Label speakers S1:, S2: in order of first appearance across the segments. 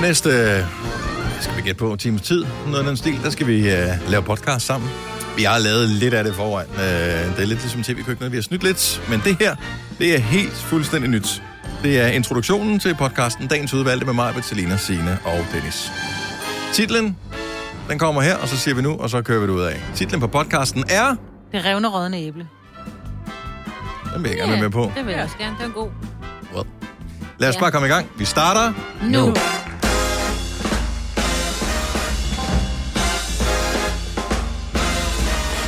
S1: næste, øh, skal vi gætte på, en times tid, noget af den stil, der skal vi øh, lave podcast sammen. Vi har lavet lidt af det forvejen. Øh, det er lidt ligesom tv-køkkenet, vi har snydt lidt, men det her, det er helt fuldstændig nyt. Det er introduktionen til podcasten Dagens Udvalgte med mig, Bettelina, Sine og Dennis. Titlen, den kommer her, og så siger vi nu, og så kører vi det ud af. Titlen på podcasten er...
S2: Det revner rådne æble.
S1: Den vil jeg gerne være med på.
S2: Det vil jeg også gerne. Den er god.
S1: Well. Lad os bare komme i gang. Vi starter
S2: Nu.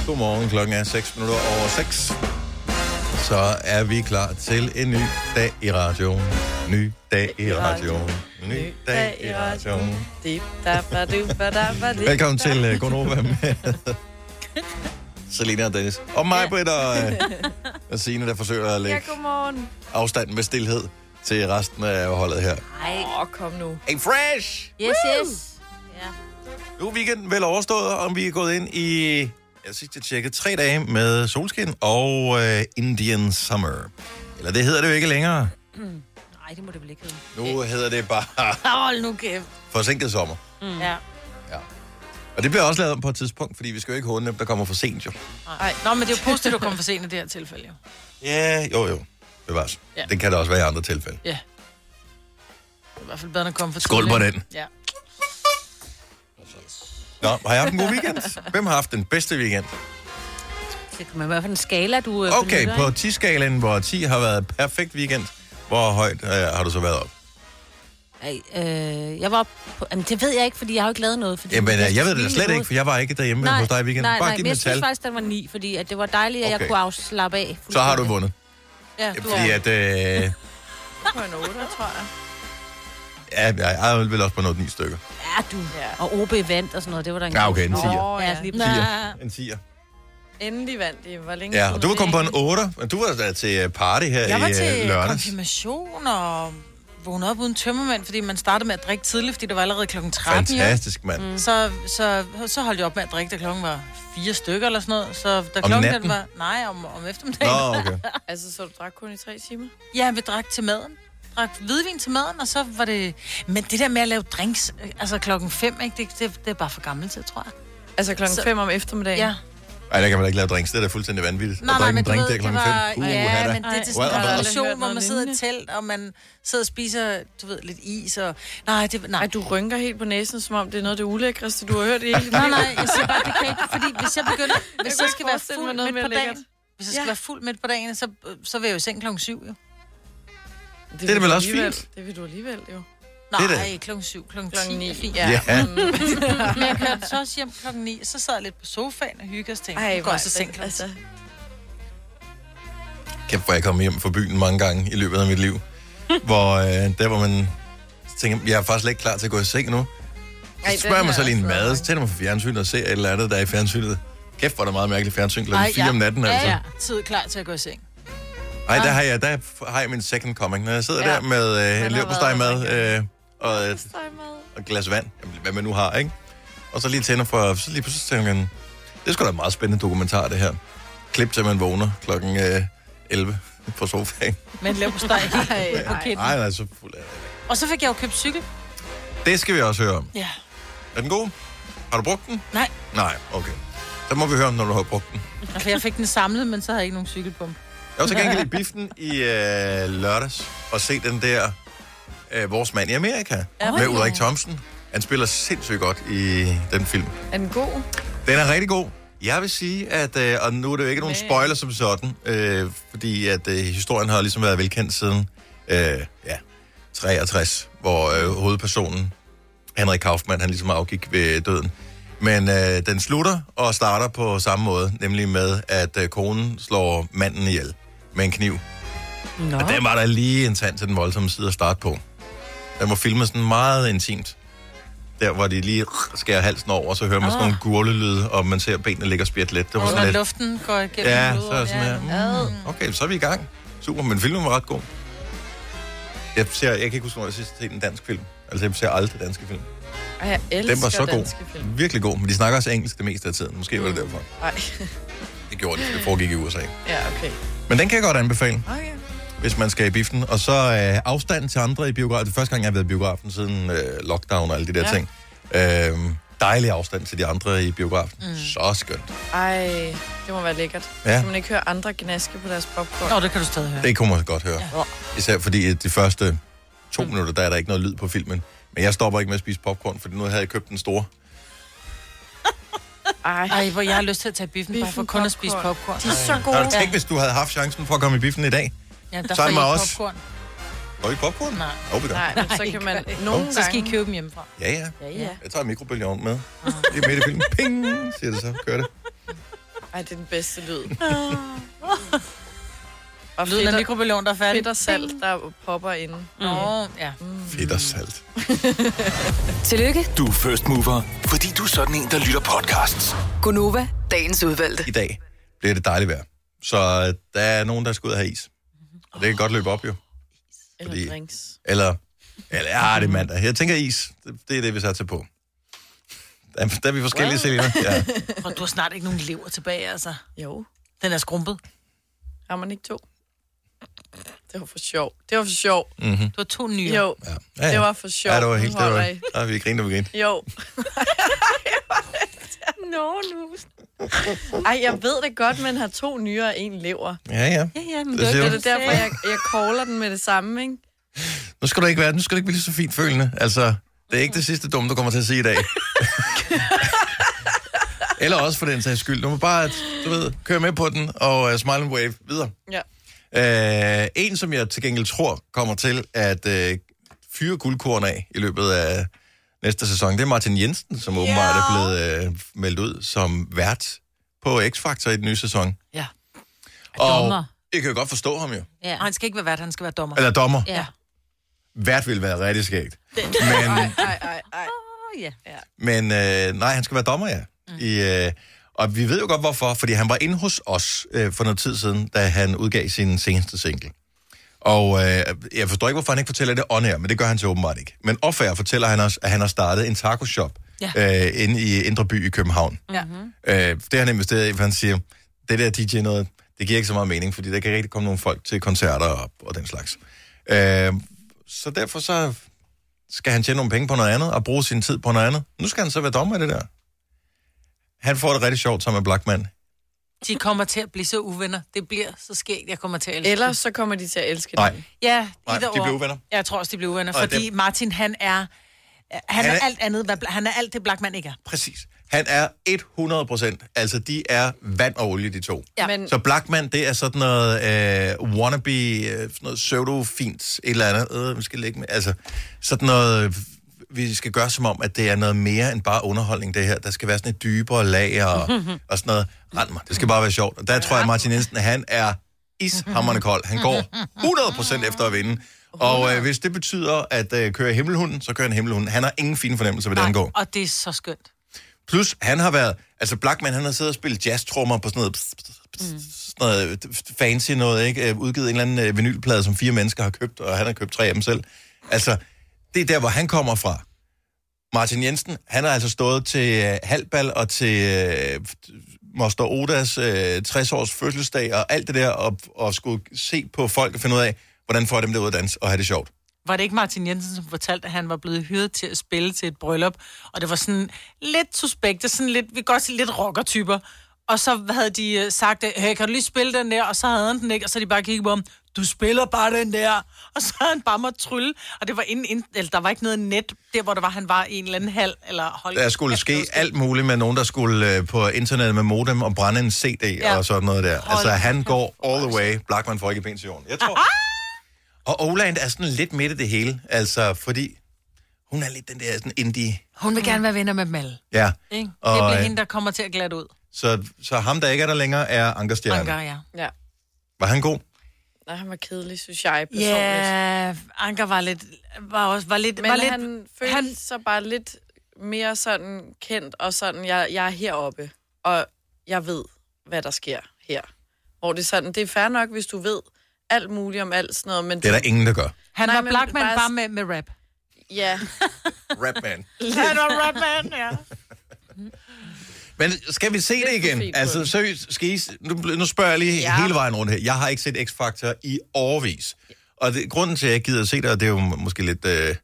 S1: Godmorgen, klokken er 6 minutter over 6. Så er vi klar til en ny dag i radioen. Ny dag i radioen. Ny dag i radioen. Velkommen til uh, Gonova med Selina og Dennis. Og mig, Britt og, uh, og Signe, der forsøger at lægge
S3: godmorgen.
S1: afstanden med stillhed til resten af holdet her.
S3: Åh, oh, kom nu.
S1: Hey, fresh!
S2: Yes, yes. Ja.
S1: Nu er weekenden vel overstået, og vi er gået ind i, jeg sidst jeg tjekkede, tre dage med solskin og øh, Indian Summer. Eller det hedder det jo ikke længere.
S2: Nej, det må det vel ikke hedde.
S1: Nu hedder det bare
S2: Hold nu kæft.
S1: forsinket sommer.
S2: Mm. Ja.
S1: Og det bliver også lavet om på et tidspunkt, fordi vi skal jo ikke håne dem, der kommer for sent jo.
S2: Nej. Nå, men det er jo positivt, at du kom for sent i det her tilfælde. Jo.
S1: Ja, yeah, jo jo. Bevares.
S2: Ja.
S1: Ja. Det kan der også være i andre tilfælde.
S2: Ja. Det er i hvert fald bedre, end at komme for
S1: Skål på
S2: tidligt.
S1: den.
S2: Ja.
S1: Nå, har jeg haft en god weekend? Hvem har haft den bedste weekend?
S4: Det kan man i hvert fald en skala, du øh,
S1: Okay,
S4: benytter,
S1: på
S4: ikke?
S1: 10-skalaen, hvor 10 har været perfekt weekend, hvor højt øh, har du så været op?
S4: Ej, øh, jeg var oppe på... Jamen, det ved jeg ikke, fordi jeg har jo ikke lavet noget. Fordi
S1: Jamen, øh, jeg ved det da
S4: spiste
S1: slet
S4: noget.
S1: ikke, for jeg var ikke derhjemme
S4: nej,
S1: hos dig i weekenden.
S4: Nej,
S1: Bare
S4: nej,
S1: giv
S4: men
S1: mig
S4: jeg
S1: et
S4: synes
S1: tal.
S4: faktisk, den var 9, fordi at det var dejligt, at okay.
S1: Okay.
S4: jeg kunne afslappe af.
S1: Så har du
S4: fuldstændig.
S1: vundet.
S2: Ja, du
S1: Fordi
S2: er-
S1: at, øh,
S3: På en 8, tror jeg.
S1: ja, jeg er vel også på noget 9 stykker.
S4: Ja, du.
S3: Ja.
S4: Og OB vandt og sådan noget, det var der en
S1: Ja, okay, en
S4: god-
S1: 10'er.
S3: Åh,
S4: Ja,
S3: ja.
S4: lige
S1: Tiger. En 10'er.
S3: Endelig vandt det. Hvor længe
S1: Ja,
S3: siden
S1: og du var
S3: er
S1: kommet på
S3: det,
S1: en 8, men du var da til party her
S2: Jeg var
S1: i
S2: til
S1: til lørdags.
S2: konfirmation og vågnede op uden tømmermænd, fordi man startede med at drikke tidligt, fordi det var allerede klokken 13. jo.
S1: Fantastisk, mand. Mm.
S2: Så, så, så holdt jeg op med at drikke, da klokken var fire stykker eller sådan noget. Så da klokken
S1: natten?
S2: den var... Nej, om, om eftermiddagen. Nå.
S1: Nå, okay.
S3: ikke? Altså, så du drak kun i tre timer?
S2: Ja, vi drak til maden. Drak hvidvin til maden, og så var det... Men det der med at lave drinks, øh, altså klokken fem, ikke? Det, det, det er bare for gammel tid, tror jeg.
S3: Altså klokken
S2: Så-
S3: 5 om eftermiddagen?
S2: Ja.
S1: Ej, der kan man da ikke lave drinks. Det er da fuldstændig vanvittigt.
S2: Nej,
S1: at
S2: nej,
S1: drikke
S2: men
S1: en
S2: du
S1: drink
S2: ved,
S1: der
S2: det
S1: klokken
S2: var...
S1: 5. Uh,
S2: ja,
S1: ja,
S2: men det er til
S1: Well,
S2: sådan en
S1: well.
S2: relation, hvor man sidder i
S3: Noget
S2: et telt, og man sidder og spiser, du ved, lidt is og... Nej, det...
S3: Ej,
S2: Nej,
S3: du rynker helt på næsen, som om det er noget af det ulækreste, du har hørt i hele dit
S2: Nej,
S3: liv.
S2: nej, jeg siger bare, det kan ikke, fordi hvis jeg begynder, hvis jeg,
S3: kunne
S2: skal
S3: ikke
S2: være
S3: forestille mig
S2: fuld
S3: noget
S2: midt på
S3: mere lækkert.
S2: dagen, hvis jeg skal
S3: Ja.
S2: være fuld midt på dagen, så, øh, så vil jeg jo i seng klokken syv, jo.
S1: Det er
S3: vil
S1: vel
S3: du
S1: også
S3: alligevel-
S1: fint.
S3: Det vil du alligevel, jo.
S2: Nej,
S1: Det er
S2: det
S1: det.
S2: det. klokken syv, klokken,
S3: Klokken
S2: klokken 10
S3: 9.
S2: er fint.
S3: Ja. Mm.
S1: ja.
S2: Men jeg kørte så også hjem klokken 9, så sad jeg lidt på sofaen og hyggede os tænkte,
S3: Ej,
S2: nu går jeg så seng klokken
S3: altså.
S1: Kæft, hvor jeg kom hjem fra byen mange gange i løbet af mit liv. hvor øh, der, hvor man tænker, jeg er faktisk slet ikke klar til at gå i seng nu.
S3: Ej,
S1: Så
S3: den
S1: spørger
S3: har
S1: man så
S3: jeg
S1: lige en
S3: også været
S1: mad, så
S3: mange.
S1: tænder man for fjernsynet og ser et eller andet, der er i fjernsynet. Kæft, hvor er der meget mærkeligt fjernsyn kl.
S2: Ej,
S1: 4 om natten, altså.
S2: Ja, ja. Tid klar til at gå i seng.
S1: Nej, der har jeg, der har jeg min second coming. Når jeg sidder ja.
S3: Ja.
S1: der med øh, en
S3: har
S1: leverpostej
S3: været
S1: mad øh, og et
S3: Steg mad.
S1: og et glas vand, Jamen, hvad man nu har, ikke? Og så lige tænder for, så lige pludselig tænker man, det er sgu da en meget spændende dokumentar, det her. Klip til, man vågner klokken øh, 11 på sofaen.
S2: Men lav på steg helt på kæden.
S1: Nej, nej, så fuld af det.
S2: Og så fik jeg jo købt cykel.
S1: Det skal vi også høre om.
S2: Ja.
S1: Er den god? Har du brugt den?
S2: Nej,
S1: Nej, okay. Så må vi høre om, når du har brugt den.
S2: for altså, jeg fik den samlet, men så havde jeg ikke nogen cykelpumpe.
S1: Jeg var til gengæld i biffen i øh, lørdags og se den der øh, Vores mand i Amerika
S2: Ja,
S1: med
S2: hvor-
S1: Ulrik Thomsen. Han spiller sindssygt godt i den film.
S3: Er den god?
S1: Den er rigtig god. Jeg vil sige, at, øh, og nu er det jo ikke nogen spoiler som sådan, øh, fordi at øh, historien har ligesom været velkendt siden øh, ja, 63, hvor øh, hovedpersonen, Henrik Kaufmann, han ligesom afgik ved døden. Men øh, den slutter og starter på samme måde, nemlig med, at øh, konen slår manden ihjel med en kniv. Nå. Og den var der lige en tand til den voldsomme side at starte på. Den var filmet sådan meget intimt. Der, hvor de lige skærer halsen over, og så hører man sådan nogle gurlelyde, og man ser benene ligge og spjætte lidt. Det var sådan
S2: Når
S1: lidt...
S2: luften går igennem
S1: Ja,
S2: blodet.
S1: så er sådan her. Mm, okay, så er vi i gang. Super, men filmen var ret god. Jeg, ser, jeg kan ikke huske, hvornår jeg sidst har set en dansk film. Altså, jeg ser aldrig danske film.
S3: Ej, jeg elsker
S1: Den var så
S3: danske
S1: god.
S3: film.
S1: Virkelig god, men de snakker også engelsk det meste af tiden. Måske var det derfor.
S3: Ej,
S1: Det gjorde de, for det foregik i USA.
S3: ja, okay.
S1: Men den kan jeg godt anbefale.
S3: Okay.
S1: hvis man skal i biffen. Og så øh, afstanden til andre i biografen. Det er første gang, jeg har været i biografen siden øh, lockdown og alle de der
S3: Ja.
S1: ja. ting. Øh, dejlig afstand til de andre i biografen. Mm. Så skønt.
S3: Ej, det må være lækkert.
S1: Ja.
S3: Kan man ikke høre andre gnaske på deres popcorn?
S2: Nå, det kan du stadig høre.
S1: Det kunne man godt høre.
S4: Ja.
S1: Især fordi øh, de første to
S3: Mm.
S1: minutter, der er der ikke noget lyd på filmen. Men jeg stopper ikke med at spise popcorn, for nu havde jeg købt den store.
S3: Ej,
S2: Ej, hvor jeg har lyst til at tage biffen, biffen bare for
S3: Biffen,
S2: kun at spise
S3: popcorn.
S2: popcorn.
S3: de er så gode.
S1: Og tænk, hvis du havde haft chancen for at komme i biffen i dag.
S2: Ja, der
S1: Så er
S2: får I
S1: mig
S2: ikke
S1: også.
S2: popcorn.
S1: Går I popcorn?
S2: Nej. Oh,
S1: Jo, vi gør.
S3: Nej, men så kan man nogle gange...
S2: Så skal I købe dem hjemmefra.
S1: Ja, ja.
S4: Ja, ja.
S1: Jeg tager mikrobølgeovnen med.
S3: Ah.
S1: I midt i filmen. Ping, siger det så. Kører det.
S3: Ej, det er den bedste lyd. Og
S2: Ah. Lyden af
S3: fedt, og,
S2: mikrobølgeovnen, der er færdig.
S3: fedt og salt, der popper Mm. inde.
S2: Nå, ja.
S1: Fedt og salt.
S5: Tillykke,
S6: Du er first mover, fordi du er sådan en, der lytter podcasts.
S5: Gunova, dagens udvalgte.
S1: I dag bliver det dejligt vejr. Så øh, der er nogen, der skal ud og have is. Og det kan godt løbe op, jo.
S3: Eller
S1: Fordi-
S3: drinks.
S1: Eller, eller ja, det er mandag. Jeg tænker is. Det, det er det, vi satser på. Der, er- der er vi forskellige, Selina. Ja.
S2: Og du har snart ikke nogen lever tilbage, altså.
S3: Jo.
S2: Den er skrumpet.
S3: Har man ikke to? Det var for sjov. Det var for sjov.
S2: Du har to nye.
S3: Jo,
S1: Mhm. Ja. Ja, ja.
S3: det var for sjov.
S1: Ja, det var helt...
S3: Nu
S1: Det
S3: holder
S1: var,
S3: I.
S1: ja, vi grinte, og vi grinte.
S3: Jo.
S4: Nå, nu.
S3: Ej, jeg ved det godt, men har to nyere og en lever.
S1: Ja, ja.
S4: Ja, ja, men
S1: Det
S4: det,
S1: siger
S3: Det er
S4: var ikke
S1: du.
S4: det,
S3: det
S4: du
S3: derfor,
S4: sagde.
S3: jeg, jeg caller den med det samme, ikke?
S1: Nu skal du ikke være, nu skal du ikke blive så fint følende. Altså, det er ikke det sidste dumme, du kommer til at sige i dag. Eller også for den sags skyld. Du må bare, du ved, køre med på den og uh, smile and wave videre.
S3: Ja.
S1: Uh, en, som jeg til gengæld tror kommer til at uh, fyre guldkorn af i løbet af næste sæson, det er Martin Jensen, som åbenbart er blevet uh, meldt ud som vært på X-Factor i den nye sæson.
S2: Ja.
S1: Og
S4: Dommer.
S1: jeg kan jo godt forstå ham jo.
S4: Ja.
S2: Og han skal ikke være vært, han skal være dommer.
S1: Eller dommer.
S4: Ja.
S1: Vært ville være rigtig skægt.
S3: Ej, ej, ej, ej.
S4: Åh, ja.
S1: Men øh, nej, han skal være dommer, ja. Mm. I, øh, og vi ved jo godt, hvorfor. Fordi han var inde hos os øh, for noget tid siden, da han udgav sin seneste single. Og øh, jeg forstår ikke, hvorfor han ikke fortæller det on air, men det gør han så åbenbart ikke. Men off air fortæller han os, at han har startet en taco-shop
S2: Ja.
S1: øh, inde i Indre By i København.
S2: Ja.
S1: Øh, det har han investeret i, for han siger, det der DJ noget, det giver ikke så meget mening, fordi der kan rigtig komme nogle folk til koncerter og, og den slags. Øh, så derfor så skal han tjene nogle penge på noget andet og bruge sin tid på noget andet. Nu skal han så være dommer i det der. Han får det rigtig sjovt som en Blackman.
S2: De kommer til at blive så uvenner. Det bliver så skægt, jeg kommer til at elske
S3: Ellers
S2: det.
S3: så kommer de til at elske
S1: Nej,
S3: den.
S2: Ja,
S1: Nej,
S2: either
S1: de bliver
S2: or.
S1: uvenner.
S2: Jeg tror også, de bliver uvenner,
S1: Og
S2: fordi
S1: dem-
S2: Martin, han er... Han, er,
S1: Han er-
S2: alt andet, hvad, Bla- han er alt det Blackman ikke er.
S1: præcis. Han er 100 procent. Altså, de er vand og olie, de to.
S2: Ja.
S3: Men,
S1: Så Blackman, det er sådan noget øh, wannabe, øh, sådan noget pseudo-fint, et eller andet, øh, vi skal lægge med, altså sådan noget, øh, vi skal gøre som om, at det er noget mere end bare underholdning, det her. Der skal være sådan et dybere lag og, og sådan noget. Rand mig, det skal bare være sjovt. Og der tror jeg, Martin Jensen, han er ishammerende kold. Han går 100% efter at vinde. Og øh, hvis det betyder at øh, køre himmelhunden, så kører han himmelhunden. Han har ingen fine fornemmelser, hvad det angår.
S2: Og det er så skønt.
S1: Plus, han har været... Altså, Blackman, han har siddet og spillet jazztrummer på sådan noget... Pst, pst, pst, sådan noget fancy noget, ikke? Øh, Udgivet en eller anden øh, vinylplade, som fire mennesker har købt, og han har købt tre af dem selv. Altså, det er der, hvor han kommer fra. Martin Jensen, han har altså stået til øh, halvbal og til øh, Moster Odas øh, 60-års fødselsdag og alt det der, og, og skulle se på folk og finde ud af, hvordan får jeg dem der ud at danse og have det sjovt.
S2: Var det ikke Martin Jensen, som fortalte, at han var blevet hyret til at spille til et bryllup? Og det var sådan lidt suspekt, det er sådan lidt, vi kan godt sige, lidt rockertyper. Og så havde de øh, sagt, øh, hey, kan du lige spille den der? Og så havde han den ikke, og så havde de bare kigget på ham, du spiller bare den der. Og så havde han bare måttet trylle, og det var inden, inden, eller der var ikke noget net, der hvor der var, han var i en eller anden hal, eller hold.
S1: Der skulle ske alt muligt med nogen, der skulle øh, på internettet med modem og brænde en CD ja.
S2: Ja.
S1: og sådan noget der.
S2: Hold
S1: Altså, han går all the way. Blackman får ikke ben til jorden. Jeg tror. Og Oland er sådan lidt midt i det hele. Altså, fordi hun er lidt den der sådan indie...
S2: Hun vil gerne være venner med dem alle.
S1: Ja.
S2: Ikke?
S1: Og,
S2: det
S1: øh,
S2: bliver hende, der kommer til at glatte ud.
S1: Så, så ham, der ikke er der længere, er Ankerstjerne.
S2: Anker,
S1: Anker.
S2: ja.
S3: ja.
S1: Var han god?
S3: Nej, han var kedelig, synes jeg personligt.
S2: Ja, Anker var lidt... Var også, var lidt,
S3: Men
S2: var
S3: lidt,
S2: lidt
S3: han følte
S2: han-
S3: han... sig bare lidt mere sådan kendt, og sådan, jeg, jeg er heroppe, og jeg ved, hvad der sker her. Hvor det er sådan, det er fair nok, hvis du ved alt muligt om alt sådan noget, men...
S1: Det er der ingen, der gør.
S2: han
S3: Nej,
S2: var
S3: men
S2: Blackman bare,
S3: bare-
S2: bare med, med rap.
S3: Ja,
S1: Rapman.
S2: Han var rapman, ja.
S1: Men skal vi se det
S3: Lidt for
S1: igen?
S3: sent på
S1: Altså,
S3: det.
S1: seriøst, skal I, s- nu, bl- nu spørger jeg lige ja. hele vejen rundt her. Jeg har ikke set X-Factor i årvis. Og det, grunden til, at jeg ikke gider at se det, og det er jo måske lidt øh,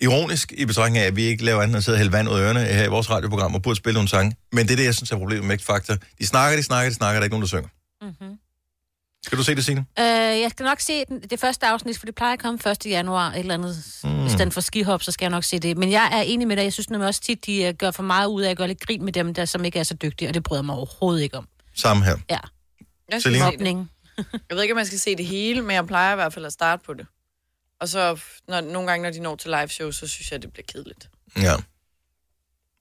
S1: ironisk i betragtning af, at vi ikke laver andet end at sidde og hælde vand ud af ørerne her i vores radioprogram og burde spille nogle sange. Men det er det, jeg synes er problemet med X-Factor. De snakker, de snakker, de snakker, der er ikke nogen, der synger.
S4: Mm-hmm.
S1: Skal du se det, Signe?
S4: Øh, jeg skal nok se den, det første afsnit, for det plejer at komme 1. januar, et eller andet. Mm. I stedet for skihop, så skal jeg nok se det. Men jeg er enig med dig, jeg synes nemlig også tit, de øh, gør for meget ud af at gøre lidt grin med dem, der som ikke er så dygtige, og det bryder jeg mig overhovedet ikke om.
S1: Samme her.
S4: Ja,
S3: Jeg, skal
S1: Selina?
S3: se det.
S4: mobning.
S3: jeg ved ikke, om man skal se det hele, men jeg plejer i hvert fald at starte på det. Og så når, nogle gange, når de når til live show, så synes jeg, det bliver kedeligt.
S1: Ja.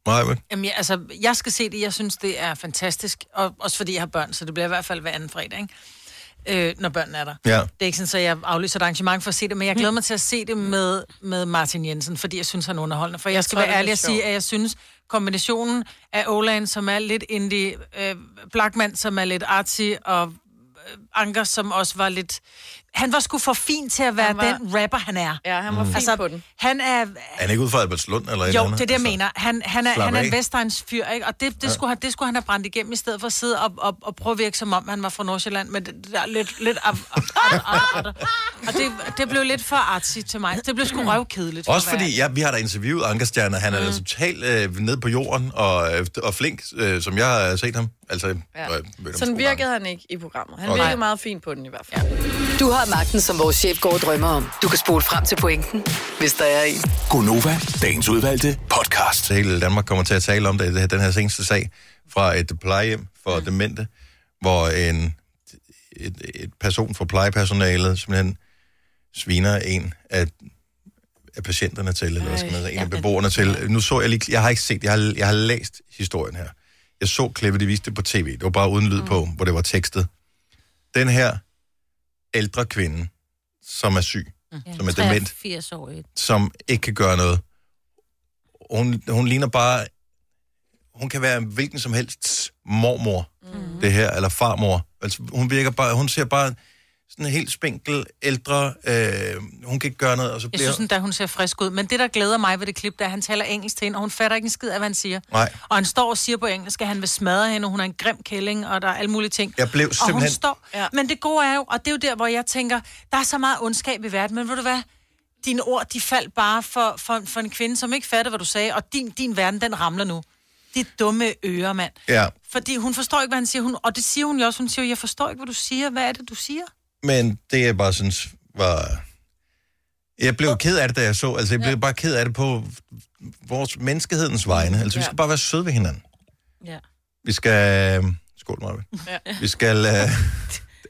S1: Maja, vel?
S2: Jamen, jeg, altså, jeg skal se det. Jeg synes, det er fantastisk. Og, også fordi jeg har børn, så det bliver i hvert fald hver anden fredag, ikke? Øh, når børnene er der.
S1: Ja.
S2: Det er ikke sådan, at jeg aflyser et arrangement for at se det, men jeg glæder mig til at se det med, med Martin Jensen, fordi jeg synes, han er underholdende. For jeg, skal
S3: tror,
S2: være
S3: det
S2: ærlig
S3: bliver
S2: og sige,
S3: sjovt.
S2: at jeg synes, kombinationen af Olan, som er lidt indie, øh, Blackman, som er lidt artsy, og øh, Anker, som også var lidt... Han var sgu for fin til at være
S3: Han var-
S2: den rapper, han er.
S3: Ja, han var mm. fin altså, på den.
S2: han er...
S1: Er han ikke ude fra Albertslund eller et eller
S2: Jo,
S1: andet?
S2: det er det, jeg
S1: Altså,
S2: mener. Han, han er,
S1: slap
S2: han er
S1: af.
S2: en Vestegns fyr, ikke? Og det, det, skulle han, det skulle han have brændt igennem, i stedet for at sidde og, og, og prøve at virke, som om han var fra Nordsjælland. Men det, det der er lidt... lidt af, af, af, af, af, og det, det blev lidt for artsy til mig. Det blev sgu røvkedeligt. for
S1: Også
S2: at være
S1: fordi, ja, vi har da interviewet Ankerstjerner. Han er mm. totalt øh, ned på jorden og, øh, og flink, øh, som jeg har set ham. Altså, ja.
S3: Ja. Sådan virkede han ikke i programmet. Han
S1: Okay.
S3: virkede meget fint på den i hvert fald.
S5: Du har magten, som vores chef går og drømmer om. Du kan spole frem til pointen, hvis der er en.
S6: Gonova, dagens udvalgte podcast.
S1: Så hele Danmark kommer til at tale om det, det her- den her seneste sag fra et plejehjem for mm. demente, hvor en et, et person fra plejepersonalet simpelthen sviner en af, af patienterne til, eller hvad skal man sige, en af beboerne til. Nu så jeg lige, jeg har ikke set, jeg har, jeg har læst historien her. Jeg så klippet, de viste det på tv. Det var bare uden lyd på, hvor det var tekstet. Den her ældre kvinde, som er syg, Mm. som er dement,
S4: 80 år. ikke?
S1: som ikke kan gøre noget. Hun, hun ligner bare... Hun kan være hvilken som helst mormor, mm. det her, eller farmor. Altså, hun virker bare... Hun ser bare sådan en helt spinkel, ældre... Øh, hun kan ikke gøre noget, og så
S2: Jeg
S1: bliver...
S2: synes endda, hun ser frisk ud. Men det, der glæder mig ved det klip, det er, at han taler engelsk til hende, og hun fatter ikke en skid af, hvad han siger.
S1: Nej.
S2: Og han står og siger på engelsk, at han vil smadre hende, og hun er en grim kælling, og der er alle mulige ting.
S1: Jeg blev
S2: Og hun
S1: simpelthen-
S2: står...
S3: Ja.
S2: Ja. Men det gode er jo, og det er jo der, hvor jeg tænker, der er så meget ondskab i verden, men ved du hvad? Dine ord, de faldt bare for, for, for en kvinde, som ikke fattede, hvad du sagde, og din, din verden, den ramler nu. De dumme ører, mand.
S1: Ja,
S2: Fordi hun forstår ikke, hvad han siger. Hun, og det siger hun jo også. Hun siger jo, jeg forstår ikke, hvad du siger. Hvad er det, du siger?
S1: men det jeg bare synes var... Jeg blev ked af det, da jeg så. Altså, jeg blev bare ked af det på vores menneskehedens vegne. Altså, vi skal bare være søde ved hinanden.
S4: Ja.
S1: Vi skal... Skål, Maja.
S3: Ja.
S1: Vi skal... Øh,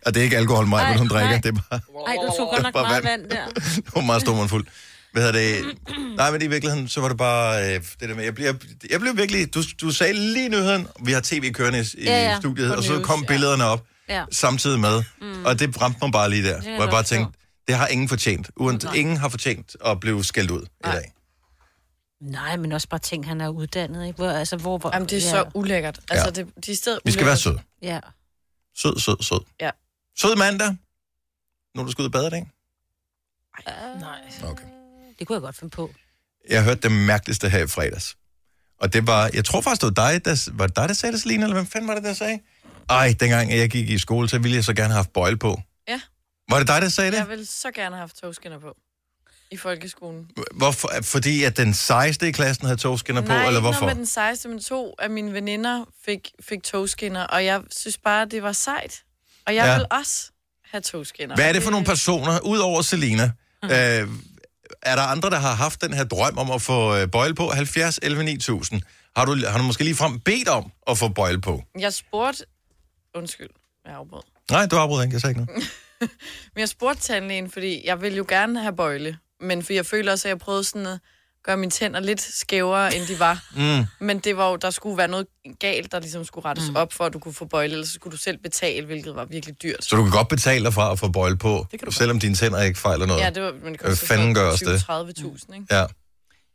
S1: og det er ikke alkohol, Maja,
S4: Nej,
S1: hun drikker.
S4: nej.
S1: Det er bare...
S4: Ej, du tog godt nok
S1: Bare
S4: meget
S1: vand.
S4: vand der.
S1: det var meget stor mundfuld. Hvad hedder det? Nej, men i virkeligheden, så var det bare øh, det der med, jeg blev, jeg blev virkelig, du, du sagde lige nyheden, vi har tv kørende i, i
S4: Ja,
S1: ja, ja.
S4: ja.
S1: studiet,
S3: På
S1: og så
S3: news,
S1: kom
S3: ja.
S1: billederne op
S4: Ja.
S1: samtidig med, mm. og det ramte mig bare lige der, hvor jeg
S4: godt
S1: bare tænkte, det har ingen fortjent. Uden, ingen har fortjent at blive skældt ud i dag.
S4: Nej, men også bare ting, han er uddannet, ikke? Hvor, altså, hvor, hvor,
S3: Jamen, det er
S4: ja.
S3: så ulækkert. Altså, det, de er stadig
S1: Vi skal være
S3: ulækkert.
S1: søde.
S4: Ja.
S1: Sød, sød, sød.
S3: Ja.
S1: Sød mandag. Nu er du skal ud og bade i dag.
S2: Nej.
S1: Okay.
S4: Det kunne jeg godt finde på.
S1: Jeg hørte det mærkeligste her i fredags. Og det var, jeg tror faktisk, det var dig, der, var det dig, der sagde det, Selina, eller hvem fanden var det, der sagde? Ej, dengang jeg gik i skole, så ville jeg så gerne have haft bøjle på.
S3: Ja.
S1: Var det dig, der sagde det?
S3: Jeg ville så gerne have haft togskinner på i folkeskolen.
S1: Hvorfor? Fordi at den sejeste i klassen havde togskinner på,
S3: Nej,
S1: eller
S3: ikke noget
S1: hvorfor?
S3: med den sejeste, men to af mine veninder fik, fik togskinner, og jeg synes bare, det var sejt. Og jeg
S1: Ja.
S3: ja. vil også have togskinner.
S1: Hvad er det for nogle personer, udover Selina?
S3: Hm.
S1: Øh, er der andre, der har haft den her drøm om at få øh, bøjle på? 70, 11, 9000. Har du, har du måske ligefrem bedt om at få bøjle på?
S3: Øh, Jeg spurgte... Undskyld, jeg afbrød.
S1: Nej, du afbryder ikke, jeg sagde ikke noget.
S3: Men jeg spurgte tandlægen, fordi jeg ville jo gerne have bøjle, men for jeg føler også, at jeg prøvede sådan at gøre mine tænder lidt skævere, end de var. Mm. Men det var jo, der skulle være noget galt, der ligesom skulle rettes mm. op for, at du kunne få bøjle, ellers så skulle du selv betale, hvilket var virkelig dyrt.
S1: Så du kan godt betale dig fra at få bøjle på, selvom dine tænder ikke fejler noget.
S3: Ja, det var, men det
S1: Hvad fanden gør os det?
S3: 30.000, ikke?
S1: Ja.
S2: Jeg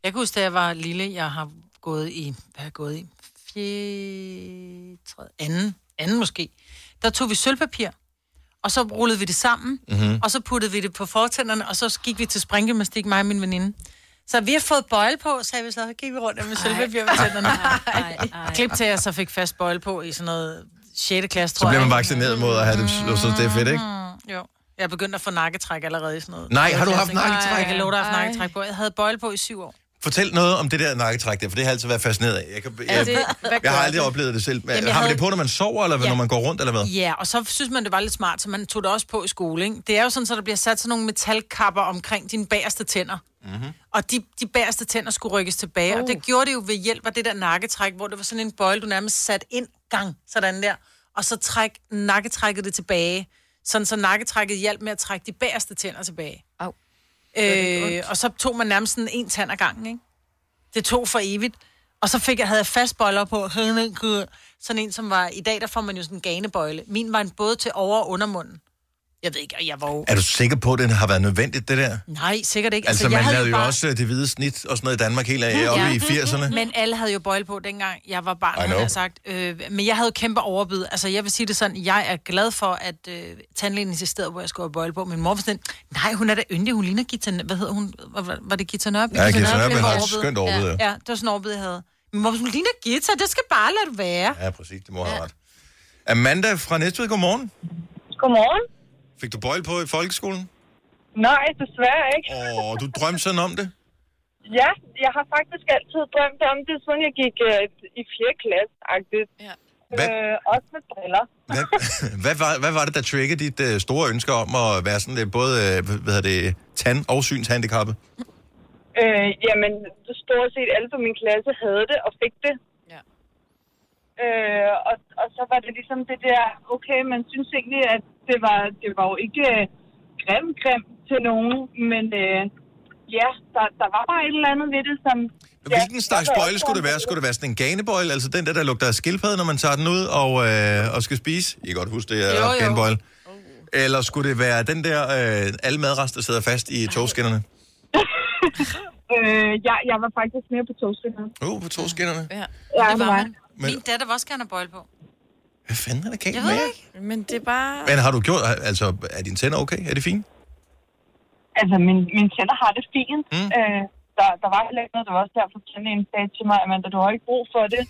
S2: kan huske, da jeg var lille, jeg har gået i, hvad har jeg gået i? Fjerde, tredje, anden, anden måske. Der tog vi sølvpapir, og så rullede
S1: Mhm.
S2: vi det sammen, mm-hmm. og så puttede vi det på fortænderne, og så gik vi til springgymnastik, mig og min veninde. Så vi har fået bøjle på, sagde vi så, så gik vi rundt med sølvpapir ved tænderne.
S4: Ej, ej.
S2: Klip til, at jeg så fik fast bøjle på i sådan noget 6. klasse, tror
S1: Så bliver man
S2: jeg.
S1: vaccineret mod at have det, og så det er fedt, ikke?
S2: Jo. Jeg er begyndt at få nakketræk allerede i sådan noget.
S1: Nej, har du haft
S2: Jeg tænker,
S1: nakketræk?
S2: Jeg kan love dig, at jeg har haft
S3: Ej.
S2: nakketræk på. Jeg havde bøjle på i syv år.
S1: Fortæl noget om det der nakketræk der, for det har jeg altid været fascineret af. Jeg, kan,
S3: det-
S1: jeg,
S3: hvad
S1: jeg har
S3: gør
S1: aldrig
S3: det?
S1: oplevet det selv. Men
S2: Jamen,
S1: Jamen,
S2: jeg
S1: har man
S2: havde-
S1: det på, når man sover, eller ja. når man går rundt, eller hvad?
S2: Ja, og så synes man, det var lidt smart, så man tog det også på i skole. Ikke? Det er jo sådan, så der bliver sat sådan nogle metalkapper omkring dine bagerste tænder. Mm-hmm. Og de, de bagerste tænder skulle rykkes tilbage. Uh. Og det gjorde det jo ved hjælp af det der nakketræk, hvor det var sådan en bøjle, du nærmest sat ind gang, sådan der. Og så træk nakketrækket det tilbage. Sådan så nakketrækket hjalp med at trække de bagerste tænder tilbage.
S4: Au.
S2: Øh, og så tog man nærmest sådan en tand ad gangen, ikke? Det tog for evigt. Og så fik jeg, havde jeg fastbøjler på. Sådan en, som var... I dag, der får man jo sådan en ganebøjle. Min var en både til over- og undermunden. Jeg ved ikke, og jeg var jo...
S1: Er du sikker på, at det har været nødvendigt, det der?
S2: Nej, sikkert ikke.
S1: Altså, altså man
S2: jeg
S1: lavede jo bare... også øh, det hvide snit og sådan noget i Danmark helt af, oppe i 80'erne.
S2: Men alle havde jo bøjle på dengang. Jeg var
S1: I
S2: barn, havde
S1: know.
S2: jeg sagt. Øh, men jeg havde jo kæmpe overbid. Altså, jeg vil sige det sådan, jeg er glad for, at øh, tandlægen insisterede, hvor jeg skulle have bøjle på. Min mor var sådan, nej, hun er da yndig. Hun ligner Gita... Hvad hedder hun? Var, var- var det Gita Nørby?
S1: Ja, Kirsten
S2: Nørby
S1: Nørby
S2: var
S1: har et
S2: overbid.
S1: skønt overbid. Ja.
S2: Ja, det var sådan en overbid, jeg havde. Min mor var sådan, ligner Gita, det skal bare lade det være.
S1: ja, præcis. Det må have ret. Amanda fra Næstved, godmorgen.
S7: Godmorgen.
S1: Fik du bøjle på i folkeskolen?
S7: Nej, desværre ikke.
S1: Åh, du drømte sådan om det?
S7: Ja, jeg har faktisk altid drømt om det, siden jeg gik øh, i 4. klasse-agtigt.
S3: Ja.
S1: Hvad,
S7: Øh, også med briller.
S1: hvad, hvad, var, hvad var det, der triggede dit øh, store ønske om at være sådan lidt både øh, hvad hedder det, tand- og synshandicappet?
S7: Øh, jamen, stort set alle på min klasse havde det og fik det.
S3: Ja.
S7: Øh, og, og så var det ligesom det der, okay, man synes egentlig, at det var, det var jo ikke øh, grim, grim til nogen, men øh, ja, der, der var bare et eller andet ved det, som...
S1: Hvilken
S7: ja,
S1: slags
S7: jeg var
S1: bøjle skulle det være? Skulle det være sådan en ganebøjle, altså den der, der lugter af skildpadde, når man tager den ud og, øh, og skal spise? I kan godt huske, det
S2: Jo,
S1: er
S2: jo.
S1: ganebøjle. Eller skulle det være den der, øh, alle madrester sidder fast i togskinnerne?
S7: Øh, jeg, jeg var faktisk mere på togskinnerne.
S1: Uh, på togskinnerne.
S3: ja.
S7: Ja,
S2: Det var man.
S1: Men-
S2: Min datter var også gerne have bøjle på.
S1: Hvad fanden er der galt
S2: Jeg
S1: med
S2: ved
S1: jer?
S2: ikke.
S3: Men det er bare...
S1: Men har du gjort, altså er dine tænder okay? Er det fint?
S7: Altså, min, min tænder har det fint. Mm. Øh, der, der var heller ikke noget, der var også derfor, tandlægen sagde til mig, Amanda, du har ikke brug for det.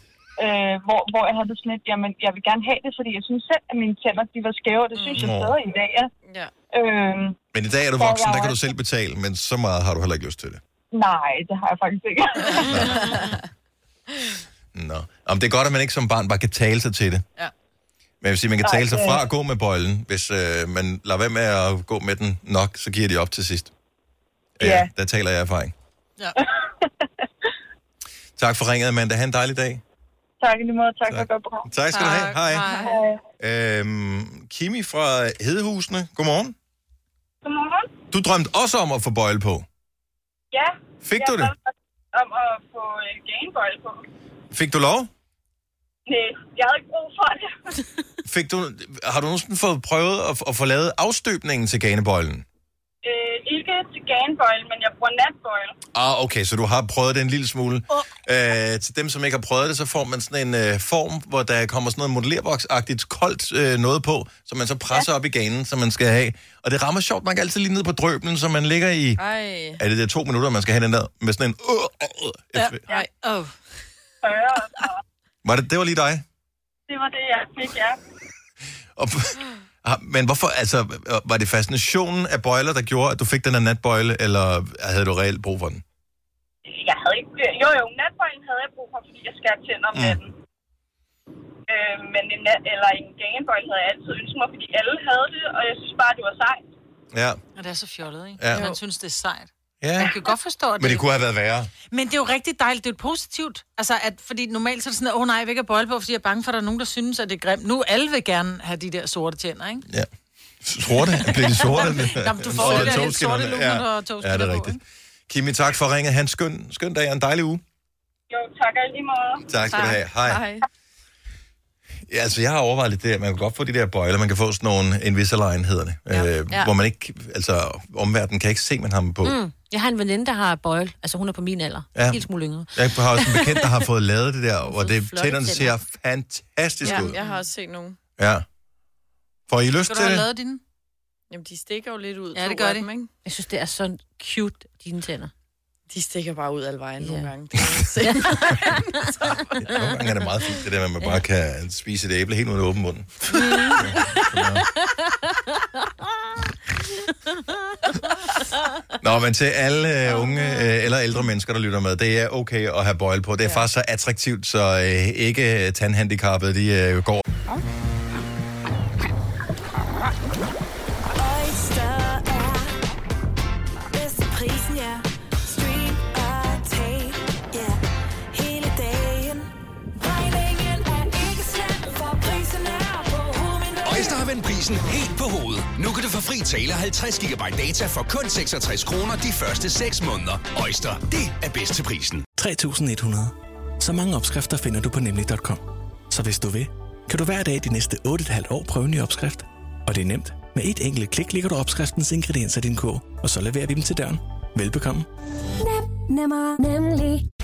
S7: Øh, hvor, hvor jeg havde det sådan lidt, jamen, jeg vil gerne have det, fordi jeg synes selv, at mine tænder, de var skæve, og det synes jeg
S1: Nå.
S7: stadig i dag. Ja.
S3: Ja.
S7: Øh,
S1: Men i dag er du
S7: Ja,
S1: voksen,
S7: jeg
S1: der
S7: er
S1: kan du
S7: også-
S1: selv betale, men så meget har du heller ikke lyst til det.
S7: nej, det har jeg faktisk ikke.
S1: Nå. Om det er godt, at man ikke som barn bare kan tale sig til det.
S3: Ja.
S1: Men jeg vil sige, man kan tale sig
S7: det-
S1: fra at gå med bøjlen. Hvis øh, man lader være med at gå med den nok, så giver de op til sidst.
S7: Ja.
S1: Der taler jeg af erfaring.
S2: Ja.
S1: tak for ringet, Amanda. Ha' en dejlig dag.
S7: tak i lige måde, tak, tak. for
S1: Tak.
S7: at gøre program.
S1: Tak skal du have. Hej.
S2: Hej.
S7: Øh,
S1: Øhm, Kimi fra Hedehusene. Godmorgen.
S7: Godmorgen.
S1: Du drømte også om at få bøjle på.
S7: Ja.
S1: Fik
S7: jeg
S1: du det?
S7: drømte Om at få øh, Gameboy på.
S1: Fik du lov?
S7: Nej, jeg havde ikke brug for det.
S1: Fik du, har du nogensinde fået prøvet at, at få lavet afstøbningen til ganebøjlen?
S7: Øh, ikke til Gameboy, men jeg bruger Natboy.
S1: Ah, okay, så du har prøvet det en lille smule. Oh. Øh, til dem, som ikke har prøvet det, så får man sådan en øh, form, hvor der kommer sådan noget modellerboksagtigt koldt øh, noget på, som man så presser ja. op i ganen, som man skal have. Og det rammer sjovt, man kan altid lige ned på drøbelen, så man ligger i...
S3: Ej.
S1: Er det der to minutter, man skal have den der med sådan en... Øh, øh, øh, effekt?
S3: Ej.
S2: Oh.
S1: Var det, det var lige dig?
S7: Det var det, jeg fik, ja.
S1: Og, Ah, men hvorfor, altså, var det fascinationen af bøjler, der gjorde, at du fik den her natbøjle, eller havde du reelt brug for den?
S7: jeg havde ikke... Jo, jo, natbøjlen havde jeg brug for, fordi jeg skar tænder om
S1: Mm.
S7: natten. Øh, men en nat, eller en ganebøjl havde jeg altid ønsket mig, fordi alle havde det, og jeg synes bare, det var sejt.
S1: Ja,
S2: Og det er så fjollet, ikke?
S1: Ja.
S2: Ja. Man synes, det er sejt.
S1: ja.
S2: Man kan godt forstå, at
S1: men det kunne have været værre.
S2: Men det er jo rigtig dejligt, det er jo positivt. Altså, at, fordi normalt så er det sådan, at, åh oh, nej, jeg vil ikke have bolle på, fordi jeg er bange for, at der er nogen, der synes, at det er grimt. Nu alle vil gerne have de der sorte tænder, ikke?
S1: Ja. Sorte? Bliver de sorte?
S2: Nå, men du får
S1: Og
S2: det der helt
S1: togskinnerne.
S2: sorte lun og
S1: Ja,
S2: togskinnerne
S1: det
S2: på,
S1: er rigtigt.
S2: ikke?
S1: Kimi, tak for ringet. Han skøn, skøn dag og en dejlig uge.
S7: Jo, tak og i lige måde.
S1: Tak skal du have. Hej.
S3: Hej.
S1: Ja, altså, jeg har overvejet lidt det, at man kan godt få de der bøjler. Man kan få sådan nogle Invisalign, hedder det. Ja. Øh,
S3: Ja.
S1: Hvor man ikke, altså, omverdenen kan ikke se, man har dem på. Mm.
S4: Jeg har en veninde, der har bøjle. Altså, hun er på min alder.
S1: Ja.
S4: Ja. Helt smule yngre.
S1: Jeg har også en bekendt, der har fået lavet det der, og det,
S4: flotte
S1: tænderne ser
S4: tænder.
S1: fantastisk
S3: Ja,
S1: ud.
S3: jeg har også set nogen.
S1: Ja. Får I lyst
S2: Skal du
S1: til
S2: have
S1: det?
S2: lavet dine?
S3: Jamen, de stikker jo lidt ud.
S2: Ja,
S3: to
S2: det gør
S3: af
S2: de.
S3: Dem, ikke?
S4: Jeg synes, det er så cute, dine tænder.
S3: De stikker bare ud alle vejen yeah.
S4: Ja.
S3: nogle gange. Det er sindssygt.
S1: Nogle gange er det meget fint, det der med, at man bare kan spise et æble helt uden at åbne munden. Nå, men til alle øh, unge øh, eller ældre mennesker, der lytter med, det er okay at have bøjle på. Det er faktisk så attraktivt, så øh, ikke øh, tandhandicappede, de øh, går.
S8: Oyster er bedst til prisen, ja. Stream og tag, ja. Hele dagen. Regningen er ikke slem, for prisen er på
S9: Øjster har vendt prisen helt på hovedet. Nu kan du få fri tale 50 GB data for kun 66 kroner de første 6 måneder. Øjster, det er bedst til prisen.
S10: 3100. Så mange opskrifter finder du på nemlig.com. Så hvis du vil, kan du hver dag de næste 8,5 år prøve en ny opskrift. Og det er nemt. Med et enkelt klik ligger du opskriftens ingredienser i din kog, og så leverer vi dem til døren. Velbekomme.
S8: Nemmer, nemlig.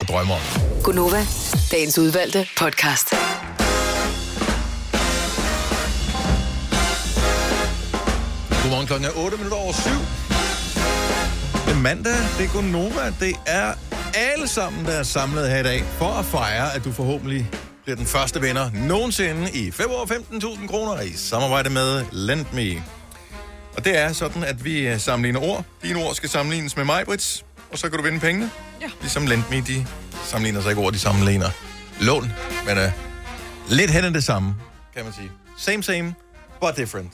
S1: og drømmer om.
S5: Gunova, dagens udvalgte podcast.
S1: Godmorgen klokken er 8 minutter over 7. Det er mandag, det er Gunova, det er alle sammen, der er samlet her i dag for at fejre, at du forhåbentlig bliver den første vinder nogensinde i februar 15.000 kroner i samarbejde med LendMe. Og det er sådan, at vi øh, sammenligner ord. Dine ord skal sammenlignes med mig, Brits, og så kan du vinde pengene. Ja. Ligesom LendMe, de sammenligner sig ikke ord, de sammenligner lån. Men øh, lidt hen ad det samme, kan man sige. Same, same, but different.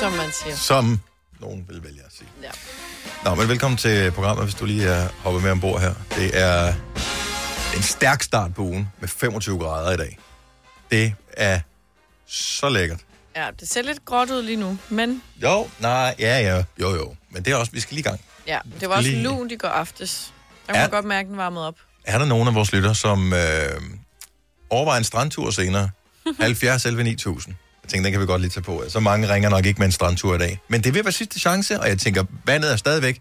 S3: Som man siger.
S1: som nogen vil vælge at sige.
S3: Ja.
S1: Nå, men velkommen til programmet, hvis du lige er hoppet med ombord her. Det er en stærk start på ugen med 25 grader i dag. Det er så lækkert.
S3: ja, det ser lidt gråt ud lige nu, men
S1: Jo, nej, ja, ja, jo, jo. Men det er også, vi skal lige i gang.
S3: ja, det var også
S1: Lige-
S3: lunt i går aftes. Der kunne
S1: Ja.
S3: man godt mærke, den varmede op.
S1: Er der nogen af vores lytter, som øh, overvejer en strandtur senere? 70 11 9000. Jeg tænker, den kan vi godt lige tage på. Så mange ringer nok ikke med en strandtur i dag. Men det vil være sidste chance, og jeg tænker, vandet er stadigvæk...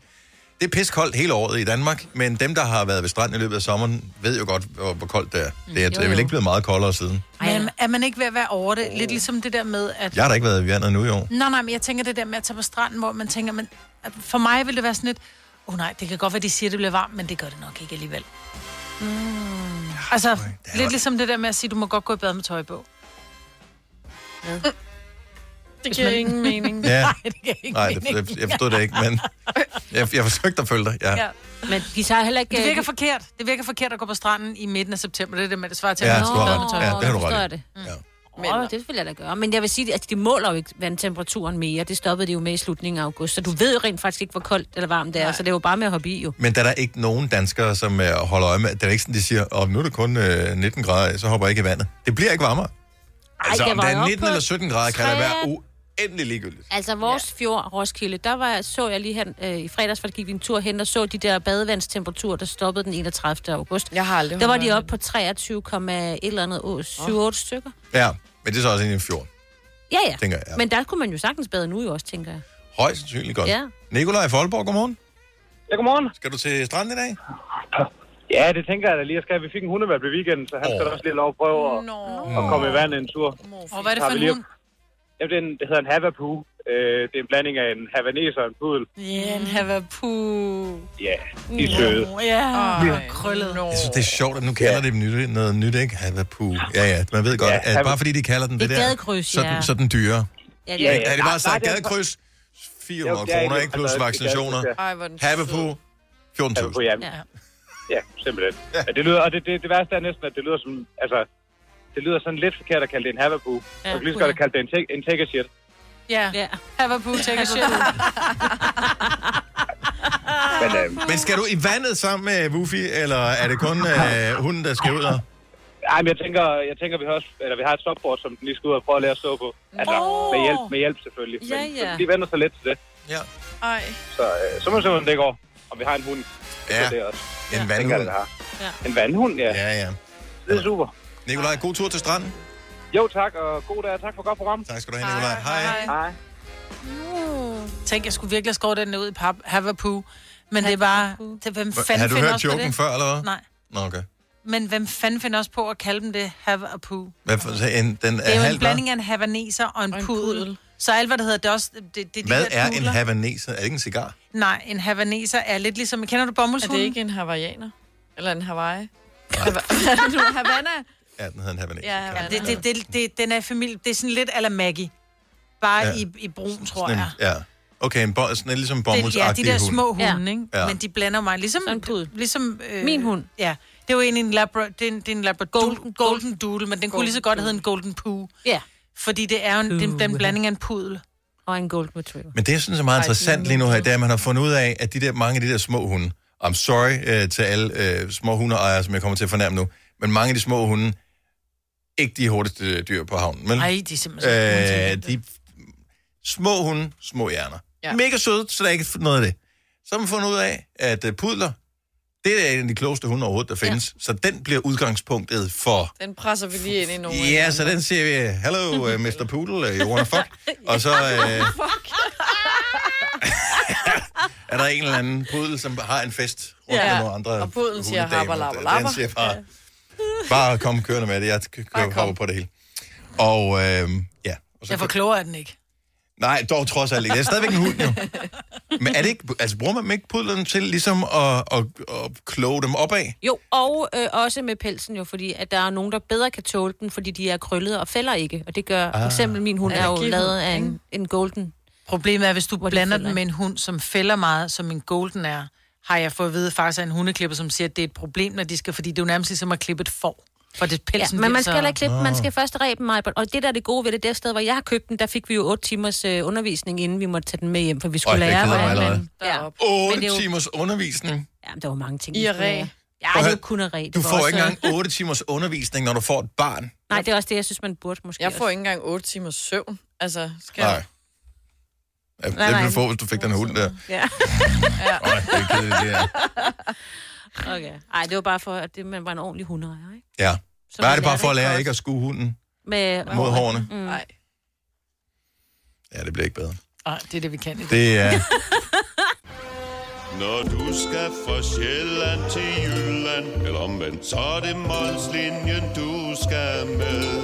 S1: Det er piskoldt hele året i Danmark, men dem, der har været ved stranden i løbet af sommeren, ved jo godt, hvor, hvor koldt det er.
S2: Mm.
S1: Det er,
S4: jo,
S1: det er vel
S4: jo.
S1: ikke blevet meget koldere siden.
S2: Men er man ikke ved at være over det? Lidt ligesom det der med, at...
S1: Jeg har da ikke været i vandet nu i år.
S2: Nå, nej, men jeg tænker det der med at tage på stranden, hvor man tænker, men at for mig vil det være sådan lidt, åh oh, nej, det kan godt være, de siger, det bliver varmt, men det gør det nok ikke alligevel. Mm. Altså,
S1: er jo-
S2: lidt ligesom det der med at sige, du må godt gå i bad med tøj på. Mm.
S3: Det giver ingen mening.
S1: Ja.
S2: Nej, det kan ikke
S1: Nej, det, jeg, jeg forstod det ikke, men jeg, jeg forsøgte at følge dig. Ja.
S3: Ja.
S4: Men de tager heller ikke... øh,
S2: Det virker forkert. Det virker forkert at gå på stranden i midten af september. Det er det, med det svarer til,
S1: Ja,
S2: at man
S1: du
S2: skal bade
S1: har
S2: med tøj.
S1: ret. Ja, det har du
S4: nu forstår
S1: ret i.
S4: jeg det.
S1: Ja.
S4: Men, oh, det vil jeg da gøre. Men jeg vil sige, at altså, de måler jo ikke vandtemperaturen mere. Det stoppede de jo med i slutningen af august. Så du ved jo rent faktisk ikke, hvor koldt eller varmt det er. Nej. Så det er jo bare med at hoppe i, jo.
S1: Men der er der ikke nogen danskere, som øh, holder øje med, det er ikke sådan, de siger, om nu er det kun øh, 19 grader, så hopper jeg ikke i vandet. Det bliver ikke varmere. Ej, altså,
S4: jeg
S1: om
S4: var
S1: der
S4: jo
S1: er
S4: oppe
S1: 19
S4: på
S1: eller 17 grader, kan det
S4: tre-
S1: være uendelig ligegyldigt.
S4: Altså vores ja. fjord, Roskilde, der var, så jeg lige her øh, i fredags, for der gik vi en tur hen og så de der badevandstemperaturer, der stoppede den 31. august.
S3: Jeg har aldrig
S4: Der var
S3: holdt
S4: de
S3: øje
S4: oppe på 23, et eller andet å- 7-8 stykker.
S1: Ja, men det er så også egentlig en fjord.
S4: Ja, ja.
S1: Tænker jeg, ja.
S4: Men der kunne man jo sagtens bade nu jo også, tænker jeg.
S1: Højst sandsynligt godt.
S4: Ja.
S1: Nikolaj Folborg, godmorgen.
S11: Ja, godmorgen.
S1: Skal du til stranden i dag?
S11: Ja, det tænker jeg da lige, at skal. Vi fik en hundevalg i weekenden, så han skal
S1: Åh.
S11: da også lige lov at prøve at,
S3: Nå,
S11: at komme i vandet en tur.
S2: Og hvad er det
S11: Har
S2: for
S11: vi
S2: en
S11: lige-
S2: hund?
S11: Jamen, det, er en, det hedder en Havapoo. Øh, det er en blanding af en havanes og en pudel.
S2: Ja, en havapu.
S11: Ja, de er søde.
S2: Ja,
S3: Ej,
S2: og krøllet.
S3: nå.
S1: Jeg synes, det er sjovt, at nu kalder ja. de dem nyt, noget nyt, ikke? Havapu. Ja, ja, man ved godt,
S11: Ja,
S1: ja, at
S11: Hava-
S1: bare fordi de kalder den det,
S4: Det er
S1: der,
S4: gadekryds,
S1: så, er den-
S4: ja.
S1: så er den dyre.
S4: Ja,
S11: Ja,
S1: Ja,
S4: det,
S1: ja. Er det
S11: Nej,
S1: bare sagt
S11: nej, det er-
S1: gadekryds? 400
S11: Jo, det er
S1: kroner,
S11: jo-
S1: ikke? Plus
S11: altså, det er
S1: vaccinationer.
S11: gadekryds,
S3: Ej, hvor er den sød.
S1: Havapu, 14.000.
S11: Havapu, ja.
S4: Ja.
S11: Ja, ja simpelthen. Ja. Det lyder, og det, det, det værste er næsten, at det lyder som... Altså, det lyder sådan lidt forkert at kalde det en Havapoo. Ja, du kan lige så godt
S4: puha.
S11: at kalde det en, take, en take a shit.
S2: Ja,
S4: ja.
S2: havapu, take a shit.
S11: Men øh,
S1: Men skal du i vandet sammen med Wuffy, eller er det kun øh, hunden, der skal ud og...
S11: ej, men jeg, tænker, jeg tænker, vi har, også, eller, vi har et stopbord, som den lige skal ud og prøve at lære at stå på. Altså,
S2: Nå.
S11: med, hjælp, med hjælp selvfølgelig.
S4: Ja, ja.
S11: Men, de vender sig lidt til det.
S1: Ja.
S3: Ej,
S11: Så, øh, så må vi se, hvordan det går. og vi har en hund.
S1: Ja,
S11: det er også.
S1: en vandhund.
S11: Det har.
S2: Ja.
S11: En vandhund, ja.
S1: Ja, ja.
S11: Det er super.
S1: Nikolaj, god tur til stranden.
S11: Jo, tak, og god dag. Tak for godt program.
S1: Tak skal du have, Nikolaj. Hej.
S11: Hej.
S2: Mm. Tænk, jeg skulle virkelig have skåret den ud i pap. Have a poo. Men det er bare... Det, hvem
S1: Hva-
S2: fanden
S1: har du
S2: finder
S1: hørt
S2: også på
S1: joken
S2: det?
S1: før, eller hvad?
S2: Nej.
S1: Nå, okay.
S2: Men hvem fanden finder også på at kalde dem det have a poo?
S1: Hvad for, så en, den
S2: Det
S1: er,
S2: er jo en
S1: halv, hvad?
S2: blanding af en havaneser og en, og en pudel. Så alt, hvad det hedder, det er også... Det, det, det de
S1: Hvad
S2: der
S1: er en
S2: pudler.
S1: havaneser? Er det ikke en cigar?
S2: Nej, en havaneser er lidt ligesom... Kender du bomuldshunden?
S3: Er det ikke en hawaiianer? Eller en Hawaii? Hava- du Havana?
S1: Ja, den hedder en havaneser.
S2: Ja, ja det, det, det, det, den er i familie... Det er sådan lidt ala Maggie. Bare
S1: Ja.
S2: ja. i, i brun, tror
S1: Sådan en-
S2: jeg.
S1: Ja. Okay, en bo, sådan en ligesom
S2: Det, ja, de
S1: bomuldsagtig
S2: der
S1: hund.
S2: små hunde, ja. ikke?
S1: Ja.
S2: Ja. Men de blander mig. Ligesom, ligesom øh,
S4: Min hund.
S2: Ja, det er jo egentlig en labra, det er en, det er en labra, golden, golden doodle, men den kunne lige så godt hedde en golden poo.
S4: Ja.
S2: Fordi det er jo en, det er en- en blanding af en pudel.
S4: Og en golden retriever.
S1: Men det, jeg synes er meget interessant lige nu her, det er, at man har fundet ud af, at de der, mange af de der små hunde, I'm sorry øh, til alle øh, små hundeejere, som jeg kommer til at fornærme nu, men mange af de små hunde, ikke de hurtigste dyr på havnen. Men,
S2: Ej, de er simpelthen så
S1: øh, de Små hunde, små hjerner. Ja. Mega søde, så der er ikke noget af det. Så har man fundet ud af, at øh, pudler, det er en af de klogeste hunde overhovedet, der findes. Ja. Så den bliver udgangspunktet for
S3: Den presser vi lige ind i nogen.
S1: Ja, så den siger vi, hello, uh, Mr. Poodle, uh, you wanna fuck? Og så uh,
S3: Fuck.
S1: er der en eller anden pudel, som har en fest rundt
S3: Ja,
S1: med nogle andre
S3: og pudlen siger,
S1: hundedamer.
S3: "Habber, labber, labber."
S1: Den siger bare, bare kom kørende med det, jeg k- kører hopper på det hele. Og uh, ja, og
S2: Derfor klogere er den ikke.
S1: nej, dog trods alt ikke. Det er stadigvæk en hund, jo. Men er det ikke, altså bruger man dem ikke pudlerne til ligesom at, at, at kloge dem opad?
S4: Jo, og øh, også med pelsen jo, fordi at der er nogen, der bedre kan tåle den, fordi de er krøllede og fælder ikke. Og det gør, ah. for
S2: Ah.
S4: eksempel min hund
S2: Ja,
S4: er jo
S2: givet,
S4: lavet af en, en golden.
S2: Problemet er, hvis du
S4: Hvor de
S2: blander
S4: fælder,
S2: den med en hund, som fælder meget, som en golden er, har jeg fået at vide faktisk af en hundeklipper, som siger, at det er et problem, når de skal, fordi det er jo nærmest ligesom at klippe et får. For det pelsen
S4: ja, men
S2: bliver
S4: man
S2: så-
S4: skal heller ikke klippe den,
S1: Ah.
S4: man skal først ræbe den, Majbert. Og det der er det gode ved det, det sted, hvor jeg har købt den, der fik vi jo 8 timers øh, undervisning, inden vi måtte tage den med hjem, for vi skulle
S1: Øj, det
S4: lære,
S1: keder mig
S4: hvordan
S1: allerede.
S4: man... Ja.
S1: 8
S4: Men det er jo-
S1: timers undervisning.
S4: Ja, men der var mange ting,
S3: I
S4: vi
S3: er
S4: skulle
S3: ræ.
S4: lære.
S1: Prøv
S4: Ja,
S1: at
S4: det er
S1: høre,
S4: jo kun at ræ. Det
S1: Du
S4: var
S1: får
S4: også- øh,
S1: ikke engang 8 timers undervisning, når du får et barn.
S4: Nej, det er også det, jeg synes, man burde måske
S3: Jeg får ikke engang 8 timers søvn. Altså, skal
S1: Nej. Ja, det
S3: Nej, nej.
S1: ville du få, hvis du fik den her hund der.
S4: Ja.
S1: Nej, det er kedeligt, det er.
S4: Okay. Ej, det var bare for, at det, man var en ordentlig hundeejer, ikke?
S1: Ja.
S4: Så
S1: Hvad er
S4: man
S1: det bare
S4: lærer
S1: for
S4: det
S1: at lære
S4: først.
S1: ikke at skue hunden?
S4: Med,
S1: Mod hårene.
S4: Mm.
S3: Nej.
S1: Ja, det bliver ikke bedre.
S2: Nej, det er det, vi kan i dag.
S1: Det er...
S12: Når du skal fra Sjælland til Jylland, eller omvendt, så er det Molslinjen, du skal med.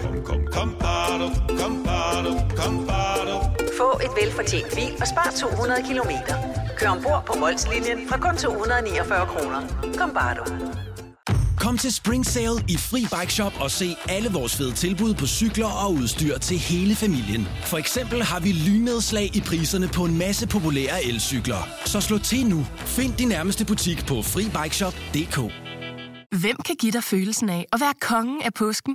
S12: Kom, kom, kom, bado, kom, bado, kom, bado.
S8: Få et velfortjent bil og spar 200 kilometer. Kør ombord på Molslinjen fra kun 249 kroner. Kom bare du.
S6: Kom til Spring Sale i Fri Bike Shop og se alle vores fede tilbud på cykler og udstyr til hele familien. For eksempel har vi lynedslag i priserne på en masse populære elcykler. Så slå til nu. Find din nærmeste butik på FriBikeShop.dk
S13: Hvem kan give dig følelsen af at være kongen af påsken?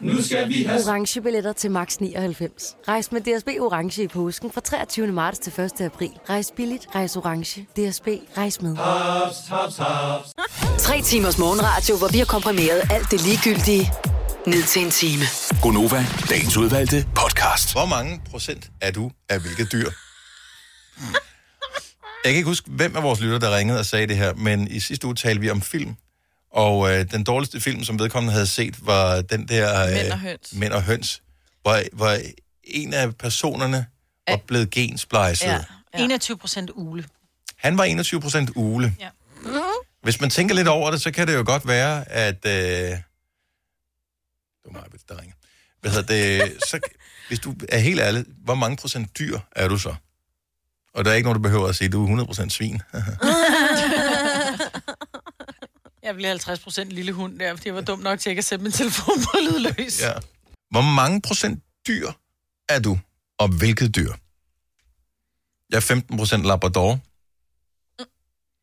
S14: Nu skal vi have...
S15: orange billetter til max 99. Rejs med DSB orange i påsken fra 23. marts til 1. april. Rejs billigt, rejs orange. DSB rejs med.
S14: Haps, haps, haps.
S5: Tre timers morgenradio, hvor vi har komprimeret alt det ligegyldige ned til en time.
S1: Gonova, dagens udvalgte podcast. Hvor mange procent er du af hvilket dyr? Jeg kan ikke huske, hvem af vores lytter, der ringede og sagde det her, men i sidste uge talte vi om film. Og øh, den dårligste film, som vedkommende havde set, var den der... Øh,
S3: Mænd og høns.
S1: Mænd og høns. Hvor, hvor en af personerne var blevet gensplejset. Ja.
S2: Ja. 21 procent ule.
S1: Han var 21 procent ule.
S2: Ja.
S1: Hvis man tænker lidt over det, så kan det jo godt være, at... Øh... Det var mig, der ringer. Hvad hedder det? Så, hvis du er helt ærlig, hvor mange procent dyr er du så? Og der er ikke nogen, der behøver at sige, du er 100 procent svin.
S2: Jeg blev 50 procent lille hund der, fordi jeg var dum nok til ikke at sætte min telefon på lydløs.
S1: ja. Hvor mange procent dyr er du, og hvilket dyr? Jeg er 15 procent labrador,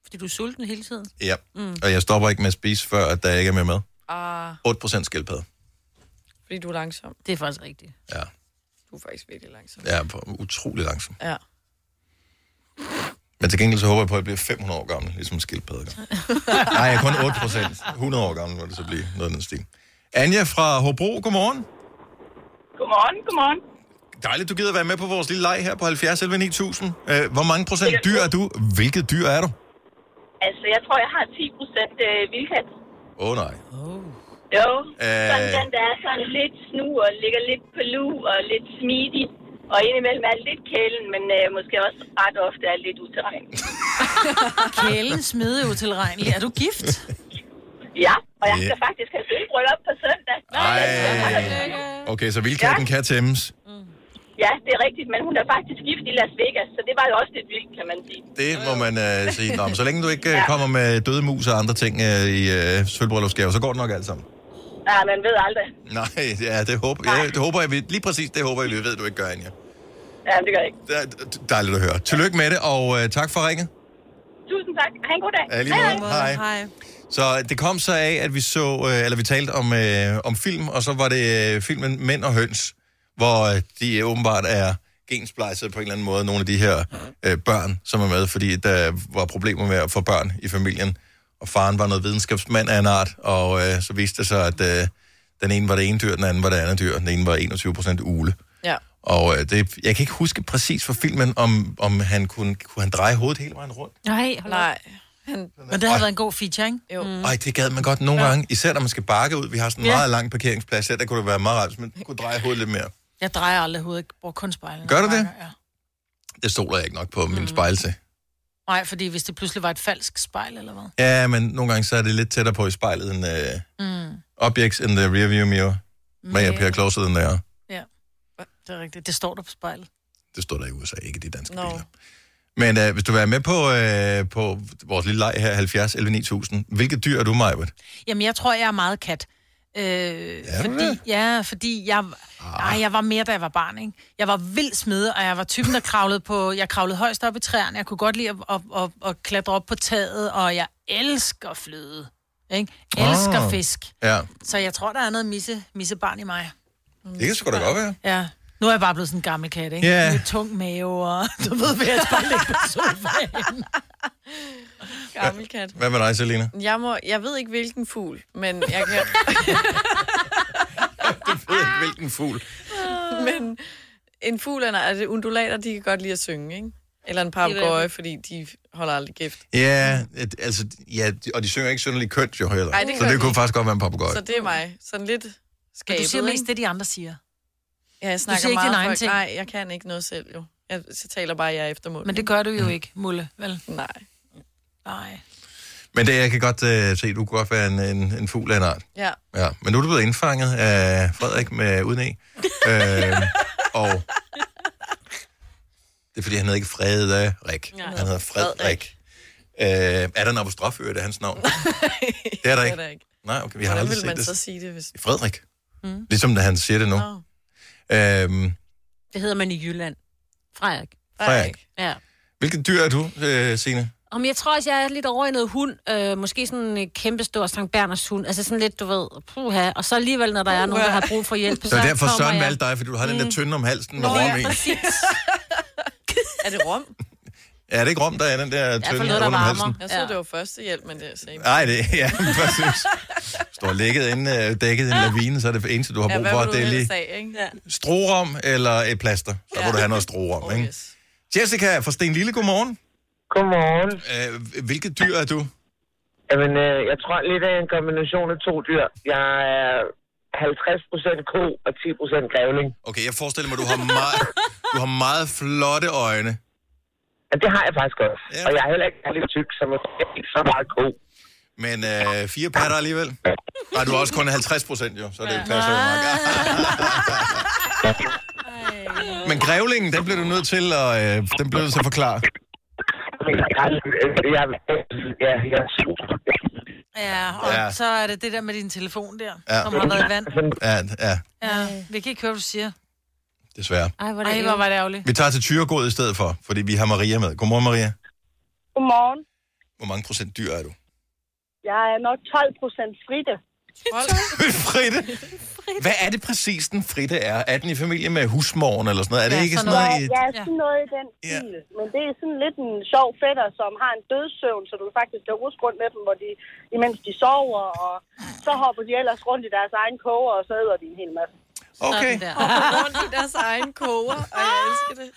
S4: Fordi du er sulten hele tiden.
S1: Ja.
S4: Mm.
S1: Mm. Og jeg stopper ikke med at spise, før at der ikke er mere mad.
S3: Ah,
S1: 8% skildpadde.
S3: fordi du er langsom.
S4: Det er faktisk rigtigt.
S1: Ja.
S3: Du er faktisk virkelig langsom.
S1: Jeg er på- utrolig langsom.
S3: Ja.
S1: Men til gengæld så håber jeg på, at jeg bliver 500 år gammel, ligesom en skildpadde. gør. Nej, jeg er kun 8%. 100 år gammel må det så blive noget af den stil. Anja fra Hobro, godmorgen.
S16: Godmorgen, godmorgen.
S1: Dejligt, du gider være med på vores lille leg her på 70 11 9000. Øh, Hvor mange procent dyr er du? Hvilket dyr er du?
S16: Altså, jeg tror, jeg har 10 procent øh, vildkat.
S1: Åh oh, nej.
S16: Jo,
S1: Øh.
S16: sådan den, der er sådan lidt snu og ligger lidt på lu og lidt smidig. Og indimellem er lidt kælen, men øh, måske også ret ofte er lidt uterren.
S2: Kælen smed jo tilregnelig. Er du gift?
S16: Ja, og jeg skal
S1: Ja.
S16: faktisk have sølvbryllup på søndag.
S1: Ej. Okay, så vildkatten kan tæmmes.
S16: Ja, det er rigtigt, men hun er faktisk gift i Las Vegas, så det var jo også lidt vildt, kan man sige.
S1: Det må man øh, sige. Nå, men så længe du ikke øh, kommer med døde mus og andre ting øh, i øh, sølvbryllupsgave, så går det nok alt sammen.
S16: Ja, man ved aldrig.
S1: Nej, ja, det håber jeg. Det håber jeg vi, lige præcis det håber jeg, vi ved, du ikke gør, Anja.
S16: Ja, det gør jeg ikke.
S1: Det er Dejligt at høre. Tillykke med det, og øh, tak for ringet.
S16: Tusind tak. Ha' en god dag.
S1: Ja, lige måde. Hej. Så det kom så af, at vi så, øh, eller vi talte om, øh, om film, og så var det øh, filmen Mænd og Høns, hvor øh, de åbenbart er gensplejset på en eller anden måde, nogle af de her øh, børn, som er med, fordi der var problemer med at få børn i familien, og faren var noget videnskabsmand af en art, og øh, så viste det sig, at øh, den ene var det ene dyr, den anden var det andet dyr, den ene var 21% ule.
S3: Ja.
S1: Og øh, det, jeg kan ikke huske præcis for filmen, om, om han kunne, kunne han dreje hovedet hele vejen rundt.
S2: Nej, hold Nej.
S3: Han...
S2: Men det har været en god feature, ikke?
S3: Jo. Mm.
S1: Ej, det gad man godt nogle ja. gange. Især når man skal bakke ud. Vi har sådan en
S2: Ja.
S1: ja. meget lang parkeringsplads her. Der kunne det være meget rart, hvis man kunne dreje hovedet lidt mere.
S2: Jeg drejer aldrig hovedet. Jeg bruger kun spejlet.
S1: Gør du det? Det stoler jeg ikke nok på min mm. spejl til.
S2: Nej, fordi hvis det pludselig var et falsk spejl, eller hvad?
S1: Ja, men nogle gange så er det lidt tættere på i spejlet end uh,
S2: Mm.
S1: objects in the rearview mirror. Men jeg
S2: Ja.
S1: bliver closer than they are.
S2: Ja, det er rigtigt. Det står der på spejlet.
S1: Det står der i USA, ikke i de danske.
S2: Nå.
S1: Men uh, hvis du vil være med på, uh, på vores lille leg her, 70 11 9000. Hvilket dyr er du, Majbert?
S2: Jamen, jeg tror, jeg er meget kat. Øh,
S1: Er du
S2: fordi,
S1: det?
S2: ja, fordi jeg, ah. ej, jeg var mere, da jeg var barn. Ikke? Jeg var vild smed, og jeg var typen, der kravlede på... Jeg kravlede højst op i træerne. Jeg kunne godt lide at, at, at, at klatre op på taget, og jeg elsker fløde. Ikke? Elsker
S1: Ah.
S2: fisk.
S1: Ja,
S2: Så jeg tror, der er noget misse, missebarn i mig.
S1: det kan sgu da godt være.
S2: Ja. Nu er jeg bare blevet sådan en gammel kat, ikke?
S1: Ja.
S2: Med tung mave, og du ved, hvad jeg skal ligge på sofaen.
S3: Gammel kat.
S1: Hvad med dig, Selina?
S3: Jeg, må, jeg ved ikke, hvilken fugl, men jeg kan...
S1: Hvilken fugl?
S3: men en fugl, er, er det undulater, de kan godt lide at synge, ikke? Eller en
S2: Det er
S3: papegøje,
S2: det.
S3: fordi de holder aldrig gift.
S1: Ja, et, altså, ja, de- og de synger ikke synderligt kønt jo heller.
S3: Ej, det
S1: så
S3: gør de
S1: det kunne
S3: ikke.
S1: faktisk godt være en papegøje.
S3: Så det er mig. Sådan lidt skabet,
S2: Men du siger
S3: ikke?
S2: mest det, de andre siger.
S3: Ja, jeg
S2: Du
S3: snakker
S2: siger ikke
S3: meget
S2: dine egne
S3: folk.
S2: ting.
S3: Nej, jeg kan ikke noget selv, jo. Jeg, jeg taler bare jeg efter munden.
S2: Men det gør du
S1: Mm.
S2: jo ikke, Mulle, vel?
S3: Nej.
S2: Nej.
S1: Men det, jeg kan godt øh, se, du kunne godt være en, en, en fugl af en art.
S3: Ja.
S1: Ja, men nu er du blevet indfanget af Frederik med uden e. øh, og det er, fordi han hedder ikke Frederik.
S3: Nej.
S1: Han hedder Frederik. Øh, er der en apostrof i det, hans navn? det er der ikke. Nej, okay, vi har
S3: Hvordan
S1: aldrig
S3: ville
S1: set
S3: man
S1: det.
S3: så sige det, hvis...
S1: Frederik.
S4: Mm.
S1: Ligesom da han siger det nu.
S4: Nå.
S1: Øhm,
S4: Det hedder man i Jylland. Frederik.
S1: Frederik.
S4: Ja.
S1: Hvilket dyr er du, øh, Signe?
S4: Om jeg tror også, jeg er lidt over i noget hund. Øh, måske sådan en kæmpestor Sankt Berners hund. Altså sådan lidt, du ved, puha. Og så alligevel, når der er nogen, der har brug for hjælp,
S1: Så, så derfor
S4: kommer
S1: Søren
S4: jeg.
S1: valgte dig, fordi du har den der
S4: Mm.
S1: tynde om halsen med
S4: Nå,
S1: rom i.
S4: ja, præcis.
S3: er det rum?
S1: Er det ikke rom, der er den der
S3: Jeg
S1: tynde rundt om halsen?
S3: Jeg troede, det var førstehjælp, men det er same.
S1: Nej, det ja, præcis. Står ligget inde, øh, dækket i en
S4: Ah.
S1: lavine, så er det eneste, du har brug for, det er lige
S3: Sag, ikke? Ja.
S1: strorom eller et plaster. Så må du have noget strorom,
S4: Oh,
S1: ikke? Jessica fra Sten Lille, godmorgen.
S17: Godmorgen.
S1: Øh, hvilket dyr er du?
S17: Jamen, øh, jeg tror lidt af en kombination af to dyr. Jeg er 50% ko og 10% grævling.
S1: Okay, jeg forestiller mig, du har meget, du har meget flotte øjne.
S17: Ja, det har jeg faktisk også. Ja. Og jeg er heller ikke særlig tyk, så jeg er ikke så meget ko.
S1: Men øh, fire patter alligevel. Nej, du er også kun 50 procent, jo, så det passer jo meget godt. Men grævlingen, den bliver du nødt til at, øh, den bliver du nødt til at forklare.
S17: Jeg, jeg, jeg, jeg, jeg er super.
S2: Ja, og ja.
S1: Ja.
S2: så er det det der med din telefon der, ja.
S1: Ja.
S2: som har været i
S4: Altså,
S2: vand.
S1: Ja, ja,
S4: øh,
S2: Ja, vi kan ikke høre, hvad du siger.
S1: desværre.
S2: Ej, hvor, Ej, hvor var det ærgerligt.
S1: Vi tager til Tyregod i stedet for, fordi vi har Maria med. Godmorgen, Maria.
S16: Godmorgen.
S1: Hvor mange procent dyr er du?
S16: Jeg er nok 12 procent fritte.
S1: Fritte? Hvad er det præcis, den fritte er? Er den i familie med husmoren eller sådan noget? Er det ikke sådan noget... i-
S16: Ja, sådan noget i den stil. Men det er sådan lidt en sjov fætter, som har en dødssøvn, så du faktisk kan ruske rundt med dem, hvor de, imens de sover, og så hopper de ellers rundt i deres egen koger, og så æder de en hel masse.
S1: Okay.
S3: rundt i deres egen koger, og jeg elsker det.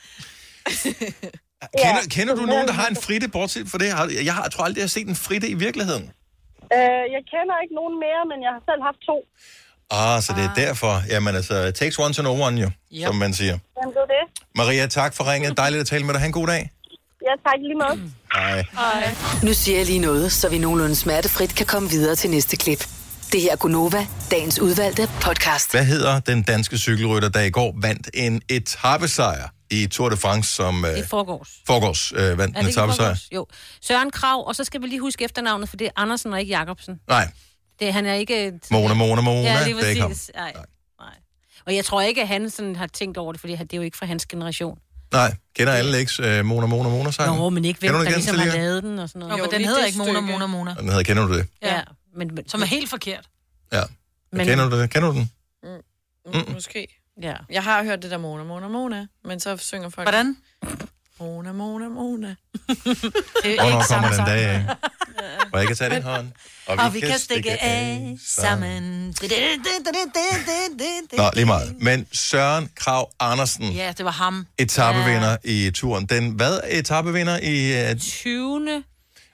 S1: Kender, kender du nogen, der har en fritte, bortset fra det? Har- Jeg, har, jeg tror aldrig, jeg har set en fritte i virkeligheden.
S16: Øh, jeg kender ikke nogen mere, men jeg har selv haft to.
S1: Ah, så det er derfor. Jamen altså, takes one to know one, jo,
S16: Ja.
S1: som man siger.
S16: Jamen, det var det.
S1: Maria, tak for ringet. Dejligt at tale med dig. Ha' en god dag.
S16: Jeg tager lige med.
S1: Hej.
S16: Hej.
S5: Nu siger jeg lige noget, så vi nogenlunde smertefrit kan komme videre til næste klip. Det her er Gunova, dagens udvalgte podcast.
S1: Hvad hedder den danske cykelrytter, der i går vandt en etappesejr i Tour de France, som øh,
S4: I forgårs.
S1: forgårs øh, vandt
S4: Er
S1: en
S4: det ikke i
S1: etappesejr?
S4: forgårs? Jo. Søren Krav, og så skal vi lige huske efternavnet, for det er Andersen og ikke Jacobsen.
S1: Nej,
S4: Det, han er ikke... øh,
S1: Mona, Mona, Mona.
S4: Ja, lige
S1: Det er ikke ham.
S4: præcis. Nej. Nej. Og jeg tror ikke, at han sådan har tænkt over det, fordi han- det er jo ikke fra hans generation.
S1: nej. Kender alle ikke øh, Mona, Mona, Mona
S4: Nej.
S1: sejren?
S4: Nå, men ikke hvem,
S1: Kender
S4: der
S1: du ikke den,
S4: ligesom har
S1: Selina?
S4: lavet den og sådan
S2: Nå,
S4: noget.
S2: men den hedder ikke Mona, Mona, Mona.
S1: Den hedder, kender du det?
S4: Ja, men, men,
S2: Som er helt forkert.
S1: Ja.
S4: Men-
S1: Men... Kender du det? Kender du den?
S3: Mm, måske.
S4: Ja.
S3: Jeg har hørt det der Mona, Mona, Mona, men så synger folk...
S2: Hvordan?
S3: Mona, Mona, Mona.
S2: det
S1: Hvornår kommer den dag af? Hvor jeg kan tage din hånd, og vi,
S2: Og vi kan stikke af sammen.
S1: Nå, lige meget. Men Søren Krav Andersen,
S2: Ja, det var ham.
S1: etappevinder i turen. Den hvad etappevinder i... øh,
S4: 20.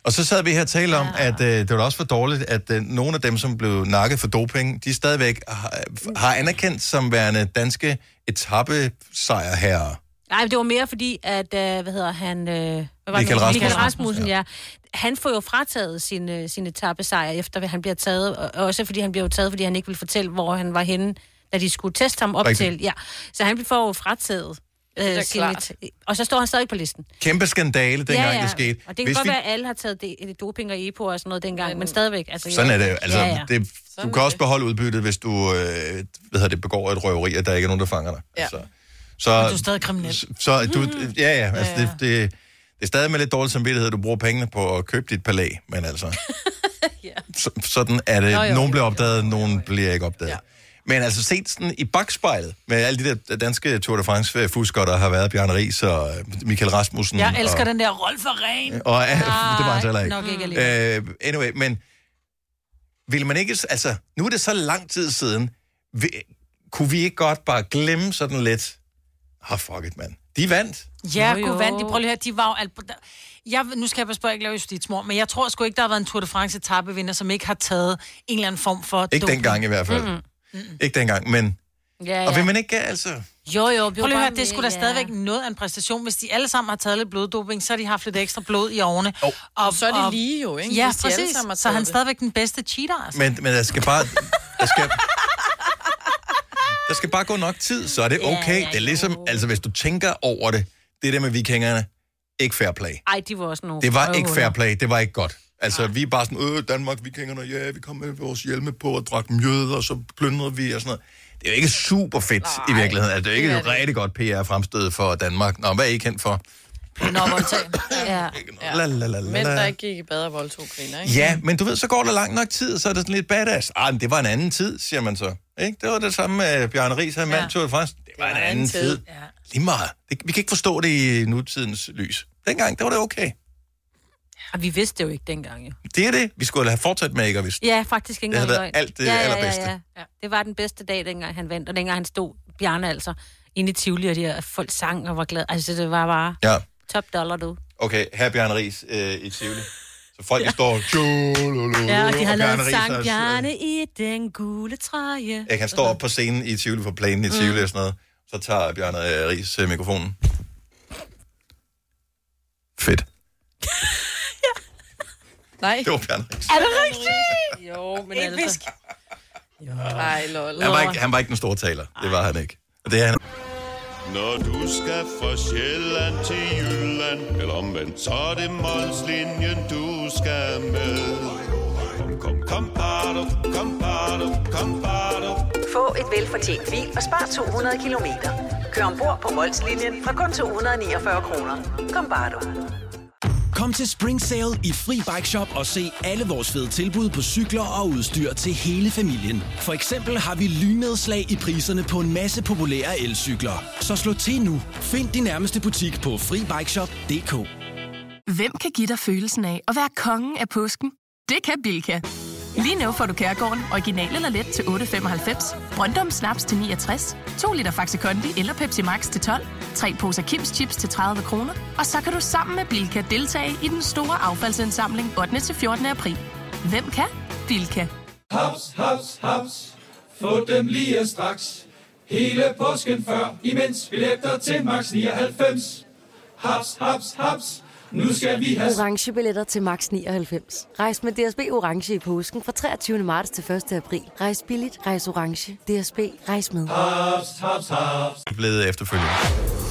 S1: Og så sad vi her og talte om, at øh, det var da også for dårligt, at øh, nogle af dem, som blev nakket for doping, de stadigvæk har, øh, har anerkendt som værende danske etappesejrherrer.
S4: Nej, men det var mere fordi, at, øh, hvad hedder han... Øh, hvad var det nu?
S1: Michael Rasmussen.
S4: Michael Rasmussen, ja. Han får jo frataget sin, øh, sin etappesejr, efter hvad han bliver taget. Og og også fordi han bliver jo taget, fordi han ikke vil fortælle, hvor han var henne, da de skulle teste ham op
S1: Rigtigt.
S4: til. Ja. Så han får jo frataget øh,
S1: Det er da
S4: sin...
S1: klart.
S4: Et, og så står han stadig på listen.
S1: Kæmpe skandale, dengang det skete.
S4: Og det kan
S1: Hvis
S4: godt
S1: vi-
S4: være, at alle har taget det, doping og EPO og sådan noget dengang, men, stadigvæk. Altså,
S1: Sådan
S4: ja.
S1: er det jo. Altså,
S4: ja, ja.
S1: Det, du kan også beholde udbyttet, hvis du øh, hvad hedder det, begår et røveri, og der ikke er nogen, der fanger dig.
S2: Ja.
S1: Så,
S2: Men
S1: så,
S2: du er stadig kriminel.
S1: Så, så du, ja, ja, altså,
S2: Ja, ja.
S1: Det, det, det er stadig med lidt dårlig samvittighed, at du bruger pengene på at købe dit palæ, men altså... så, sådan er det.
S12: Nå,
S1: Nå,
S12: jo.
S1: Nogen bliver opdaget, nogen bliver ikke opdaget. Ja. Men altså set sådan i bagspejlet med alle de der danske Tour de France-fuskere, der har været Bjørn Ries og øh, Michael Rasmussen.
S2: Jeg elsker
S1: og,
S2: den der Rolf og Ren.
S1: Øh, og, ja, det var han så heller
S2: Nok ikke
S1: ikke.
S2: alligevel.
S1: øh, anyway, men vil man ikke... Altså, nu er det så lang tid siden. Vi, kunne vi ikke godt bare glemme sådan lidt... Ah, fuck it, mand. De vandt.
S2: Ja, god vand. De, prøv lige at høre, de var jo alt... Jeg, nu skal jeg passe på, at jeg ikke laver justitsmor, men jeg tror sgu ikke, der har været en Tour de France etappevinder, som ikke har taget en eller anden form for...
S1: Ikke dengang i hvert fald.
S2: Mm-hmm.
S1: Ikke dengang, men...
S4: Ja, ja.
S1: Og vil man ikke, altså...
S4: Jo, jo.
S2: Prøv lige at
S4: bare
S2: høre, det skulle da
S4: med, ja.
S2: stadigvæk noget af en præstation. Hvis de alle sammen har taget lidt bloddoping, så har de haft lidt ekstra blod i årene. Oh. Og,
S3: Så er de lige jo, ikke?
S2: Ja,
S3: Hvis de alle
S2: præcis.
S3: sammen har
S2: Så er
S3: taget
S2: han
S3: det.
S2: stadigvæk den bedste cheater, altså.
S1: Men, men der skal bare... Der skal, der skal bare gå nok tid, så er det okay. Det er ligesom, altså hvis du tænker over det, det der med vikingerne, ikke fair play.
S4: Ej, de var også nogle...
S1: Det var ikke fair
S4: røvhuller.
S1: play, det var ikke godt. Altså, vi er bare sådan, øh, Danmark, vikingerne, ja, vi kom med vores hjelme på og drak mjød, og så plyndrede vi og sådan noget. Det er jo ikke super fedt Nej, i virkeligheden. Altså, det er jo ikke et rigtig godt PR-fremstød for Danmark. Nå, hvad er I kendt for?
S4: Ja.
S1: La, la, la, la,
S3: Mænd,
S1: la.
S3: der ikke gik i bad og voldtog kvinder, ikke?
S1: Ja, men du ved, så går der lang nok tid, så er det sådan lidt badass. Ah, men det var en anden tid, siger man så. Ikke? Det var det samme med Bjørn Ries, han ja. mand tog faktisk. Det var en anden tid. tid.
S2: Ja.
S1: Lige meget. Det, vi kan ikke forstå det i nutidens lys. Dengang, der var det okay.
S4: Og vi vidste det jo ikke dengang, jo.
S1: Det er det. Vi skulle have fortsat med ikke at vidste.
S4: Ja, faktisk ikke
S1: Det
S4: engang
S1: havde været
S4: løgn.
S1: alt det
S4: ja,
S1: allerbedste.
S4: Ja, ja. Det var den bedste dag, dengang han vandt, og dengang han stod, Bjarne altså, inde i Tivoli, og de her folk sang og var glade. Altså, det var bare
S1: Ja,
S4: top dollar, du.
S1: okay. Her er Bjørn Ries øh, i Tivoli. Så folk, ja. der står... Tjololo,
S4: Ja, og de har
S1: Bjarne
S4: lavet
S1: Riis er-
S4: sang Bjarne i den gule træje.
S1: Ikke, han står op på scenen i Tivoli, på planen i Tivoli
S4: Mm.
S1: og sådan noget. Så tager Bjørn øh, Ries øh, mikrofonen. Fedt.
S3: Nej.
S1: Det var Bjørn Ries.
S3: Er det rigtigt? Jo, men Ikke altså... Nej, lol.
S1: Han var, ikke, han var ikke den store taler. Det var han ikke. Og det er han.
S12: Når du skal fra Sjælland til Jylland, eller omvendt, så er det Molslinjen, du skal med. Kom, kom, kom, bado, kom, bado, kom, bado.
S8: Få et velfortjent bil og spar 200 kilometer. Kør ombord på Molslinjen fra kun 249 kroner. Kom bare du.
S6: Kom til Spring Sale i Fri Bike Shop og se alle vores fede tilbud på cykler og udstyr til hele familien. For eksempel har vi lynedslag i priserne på en masse populære elcykler. Så slå til nu. Find din nærmeste butik på FriBikeShop.dk.
S13: Hvem kan give dig følelsen af at være kongen af påsken? Det kan Bilka. Lige nu får du Kærgården original eller let til 8.95, Brøndum Snaps til 69, 2 liter Faxi Kondi eller Pepsi Max til 12, 3 poser Kims Chips til 30 kroner, og så kan du sammen med Bilka deltage i den store affaldsindsamling 8. til 14. april. Hvem kan? Bilka.
S14: Haps, haps, haps. Få dem lige straks. Hele påsken før, imens billetter til max 99. Haps, haps, haps. Nu skal vi have...
S15: orange billetter til max 99. Rejs med DSB orange i påsken fra 23. marts til 1. april. Rejs billigt, rejs orange. DSB rejs med.
S14: Ah, Haps, haps, haps.
S1: Blevet efterfølgende.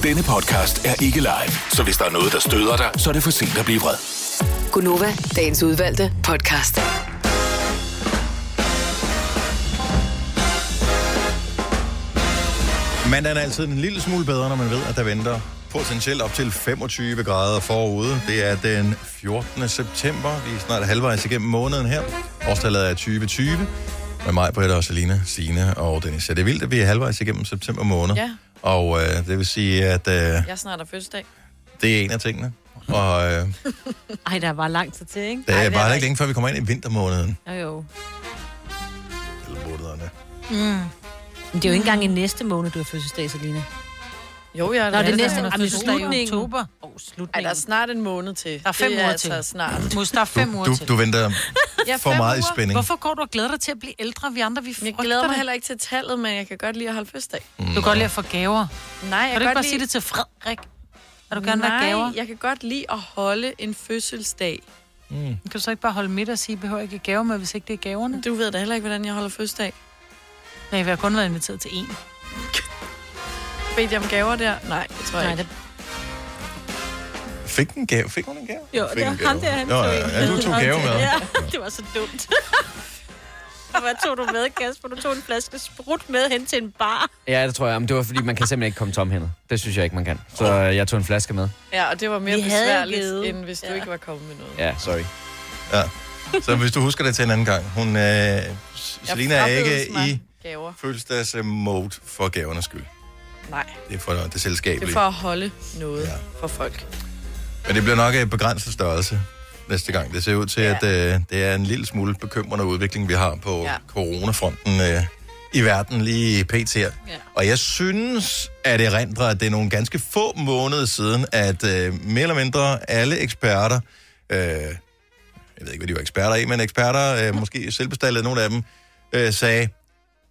S10: Denne podcast er ikke live, så hvis der er noget, der støder dig, så er det for sent at blive vred.
S5: Gunova, dagens udvalgte podcast.
S1: Mandagen er altid en lille smule bedre, når man ved, at der venter potentielt op til 25 grader forude. Det er den 14. september. Vi er snart halvvejs igennem måneden her. Årstallet er 2020. Med mig, Britta og Selina, Signe og Dennis. Ja, det er vildt, at vi er halvvejs igennem september måned.
S3: Ja.
S1: Og øh, det vil sige, at øh,
S3: Jeg snart har fødselsdag.
S1: det er en af tingene. Og øh,
S4: Ej, der var lang tid til, ikke?
S1: der
S4: Ej,
S1: er
S4: det
S1: bare
S4: der
S1: ikke længe, før vi kommer ind i vintermåneden.
S4: Nå, Jo.
S1: Eller månederne.
S4: Mm. Men det er jo ikke engang i næste måned, du har fødselsdag, Selina.
S3: Jo, jeg
S4: Nå, det er
S3: Hun
S4: næste.
S3: har
S4: Jamen,
S3: fødselsdag i
S4: slutningen.
S3: oktober. Ej, der er snart en måned til. Der
S2: er fem uger til.
S3: Altså snart.
S2: Mus, der er fem uger
S1: Du,
S2: til.
S1: du venter
S3: Ja,
S1: for
S3: fem
S1: meget i
S3: uger.
S1: spænding.
S2: Hvorfor går du og glæder dig til at blive ældre? Vi andre, vi
S3: Jeg glæder mig heller ikke til tallet, men jeg kan godt lide at holde fødselsdag.
S1: Mm.
S2: Du kan godt lide at få gaver.
S3: Nej, jeg
S2: Kan du ikke
S3: godt
S2: bare
S3: lide-
S2: sige det til Frederik? Vil du gerne
S3: Nej,
S2: have gaver?
S3: jeg kan godt lide at holde en fødselsdag.
S1: Mm.
S2: Kan du så ikke bare holde midt og sige, at I behøver ikke gaver med, hvis ikke det er gaverne?
S3: Du ved da heller ikke, hvordan jeg holder fødselsdag.
S2: Nej, vi har kun været inviteret til én.
S3: Bedte jeg om gaver der? Nej, det tror jeg ikke.
S1: Fik en gave? Fik hun en gave?
S3: Jo,
S1: Fik
S3: det
S1: en
S3: var
S1: gave.
S3: ham der, han
S1: Nå,
S3: tog
S1: ja,
S3: en
S1: ja, du
S3: med.
S1: tog gave med.
S4: Ja, det var så dumt. Og Hvad tog du med, Kasper? Du tog en flaske sprut med hen til en bar.
S18: Ja, det tror jeg. Men det var, fordi man kan simpelthen ikke komme tomhændet. Det synes jeg ikke, man kan. Så øh, jeg tog en flaske med.
S3: Ja, og det var mere
S4: Vi havde jo
S3: besværligt,
S4: givet.
S3: end hvis du ikke var kommet med noget.
S18: Ja, sorry.
S1: Ja. Så hvis du husker det til en anden gang. Hun, øh, S- Selina er ikke i
S3: Gaver.
S1: fødselsdags-mode for gavernes skyld.
S3: Nej,
S1: Det er for det
S3: det er
S1: selskabelige.
S3: for at holde noget ja. for folk.
S1: Men det bliver nok en begrænset størrelse næste gang. Det ser ud til, ja. at øh, det er en lille smule bekymrende udvikling, vi har på ja. coronafronten øh, i verden lige pt. her. Ja. Og jeg synes, at det erindrer, at det er nogle ganske få måneder siden, at øh, mere eller mindre alle eksperter, øh, jeg ved ikke, hvad de var eksperter i, men eksperter, øh, måske selvbestallet nogle af dem, øh, sagde,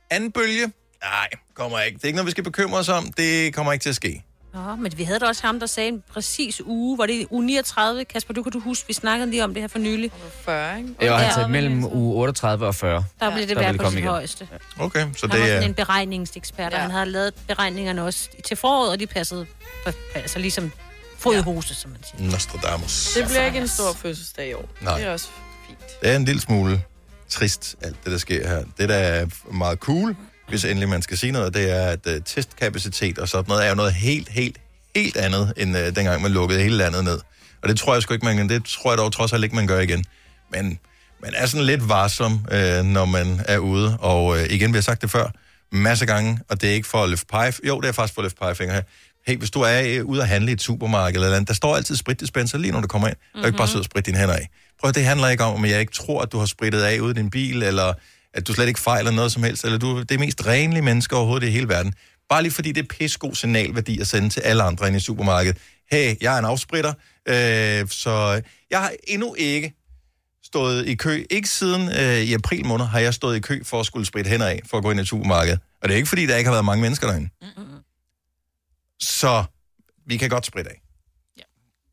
S1: anden bølge, nej, kommer ikke. Det er ikke noget, vi skal bekymre os om. Det kommer ikke til at ske.
S4: Nå, men vi havde da også ham, der sagde en præcis uge. Var det uge 39? Kasper, du kan du huske, vi snakkede lige om det her for nylig.
S3: 40, ikke?
S18: Jeg var altså mellem uge 38 og 40.
S4: Der blev det
S18: ville
S4: værd på
S18: komme
S4: sit
S18: igen.
S4: højeste.
S1: Okay, så
S4: han var
S1: det er...
S4: sådan en beregningsekspert, ja. og han havde lavet beregningerne også til foråret, og de passede på- altså ligesom fod i hose, som man siger.
S1: Nostradamus. Altså,
S3: Det bliver ikke en stor fødselsdag i år.
S1: Nej.
S3: Det er også
S1: Det er en lille smule trist, alt det, der sker her. Det, der er meget cool, hvis endelig man skal sige noget, det er, at uh, testkapacitet og sådan noget er jo noget helt, helt, helt andet, end uh, dengang man lukkede hele landet ned. Og det tror jeg sgu ikke, man Det tror jeg dog trods alt ikke, man gør igen. Men man er sådan lidt varsom, øh, når man er ude. Og øh, igen, vi har sagt det før, masser af gange, og det er ikke for at løfte pege... Jo, det er faktisk for at løfte pegefinger her. Hey, hvis du er øh, ude at handle i et supermarked eller et eller andet, der står altid spritdispenser lige når du kommer ind. Mm-hmm. Du kan ikke bare sidde og spritte dine hænder af. Prøv at det handler ikke om, om jeg ikke tror, at du har sprittet af ude i din bil, eller at du slet ikke fejler noget som helst, eller du er det mest renlige menneske overhovedet i hele verden. Bare lige fordi det er pissegod signalværdi at sende til alle andre inde i supermarkedet. Hey, jeg er en afspritter, øh, så jeg har endnu ikke stået i kø. Ikke siden øh, i april måned har jeg stået i kø for at skulle spritte hænder af, for at gå ind i supermarkedet. Og det er ikke, fordi der ikke har været mange mennesker derinde. Mm-hmm. Så vi kan godt spritte af. Ja.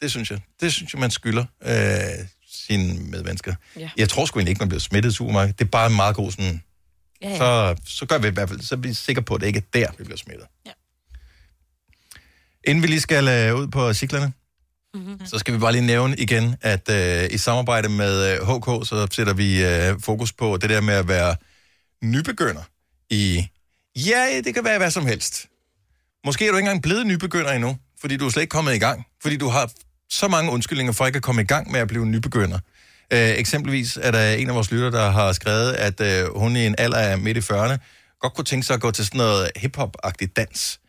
S1: Det synes jeg. Det synes jeg, man skylder øh, sine medmennesker.
S3: Ja.
S1: Jeg tror sgu egentlig ikke, man bliver smittet i supermarkedet. Det er bare en meget god sådan...
S4: Ja, ja.
S1: Så, så gør vi i hvert fald, så er vi sikre på, at det ikke er der, vi bliver smittet. Ja. Inden vi lige skal øh, ud på cyklerne, så skal vi bare lige nævne igen, at øh, i samarbejde med øh, HK, så sætter vi øh, fokus på det der med at være nybegynder i... Ja, det kan være hvad som helst. Måske er du ikke engang blevet nybegynder endnu, fordi du er slet ikke kommet i gang. Fordi du har så mange undskyldninger for ikke at komme i gang med at blive en nybegynder. Øh, eksempelvis er der en af vores lytter, der har skrevet, at øh, hun i en alder af midt i 40'erne godt kunne tænke sig at gå til sådan noget hip-hop-agtigt dans.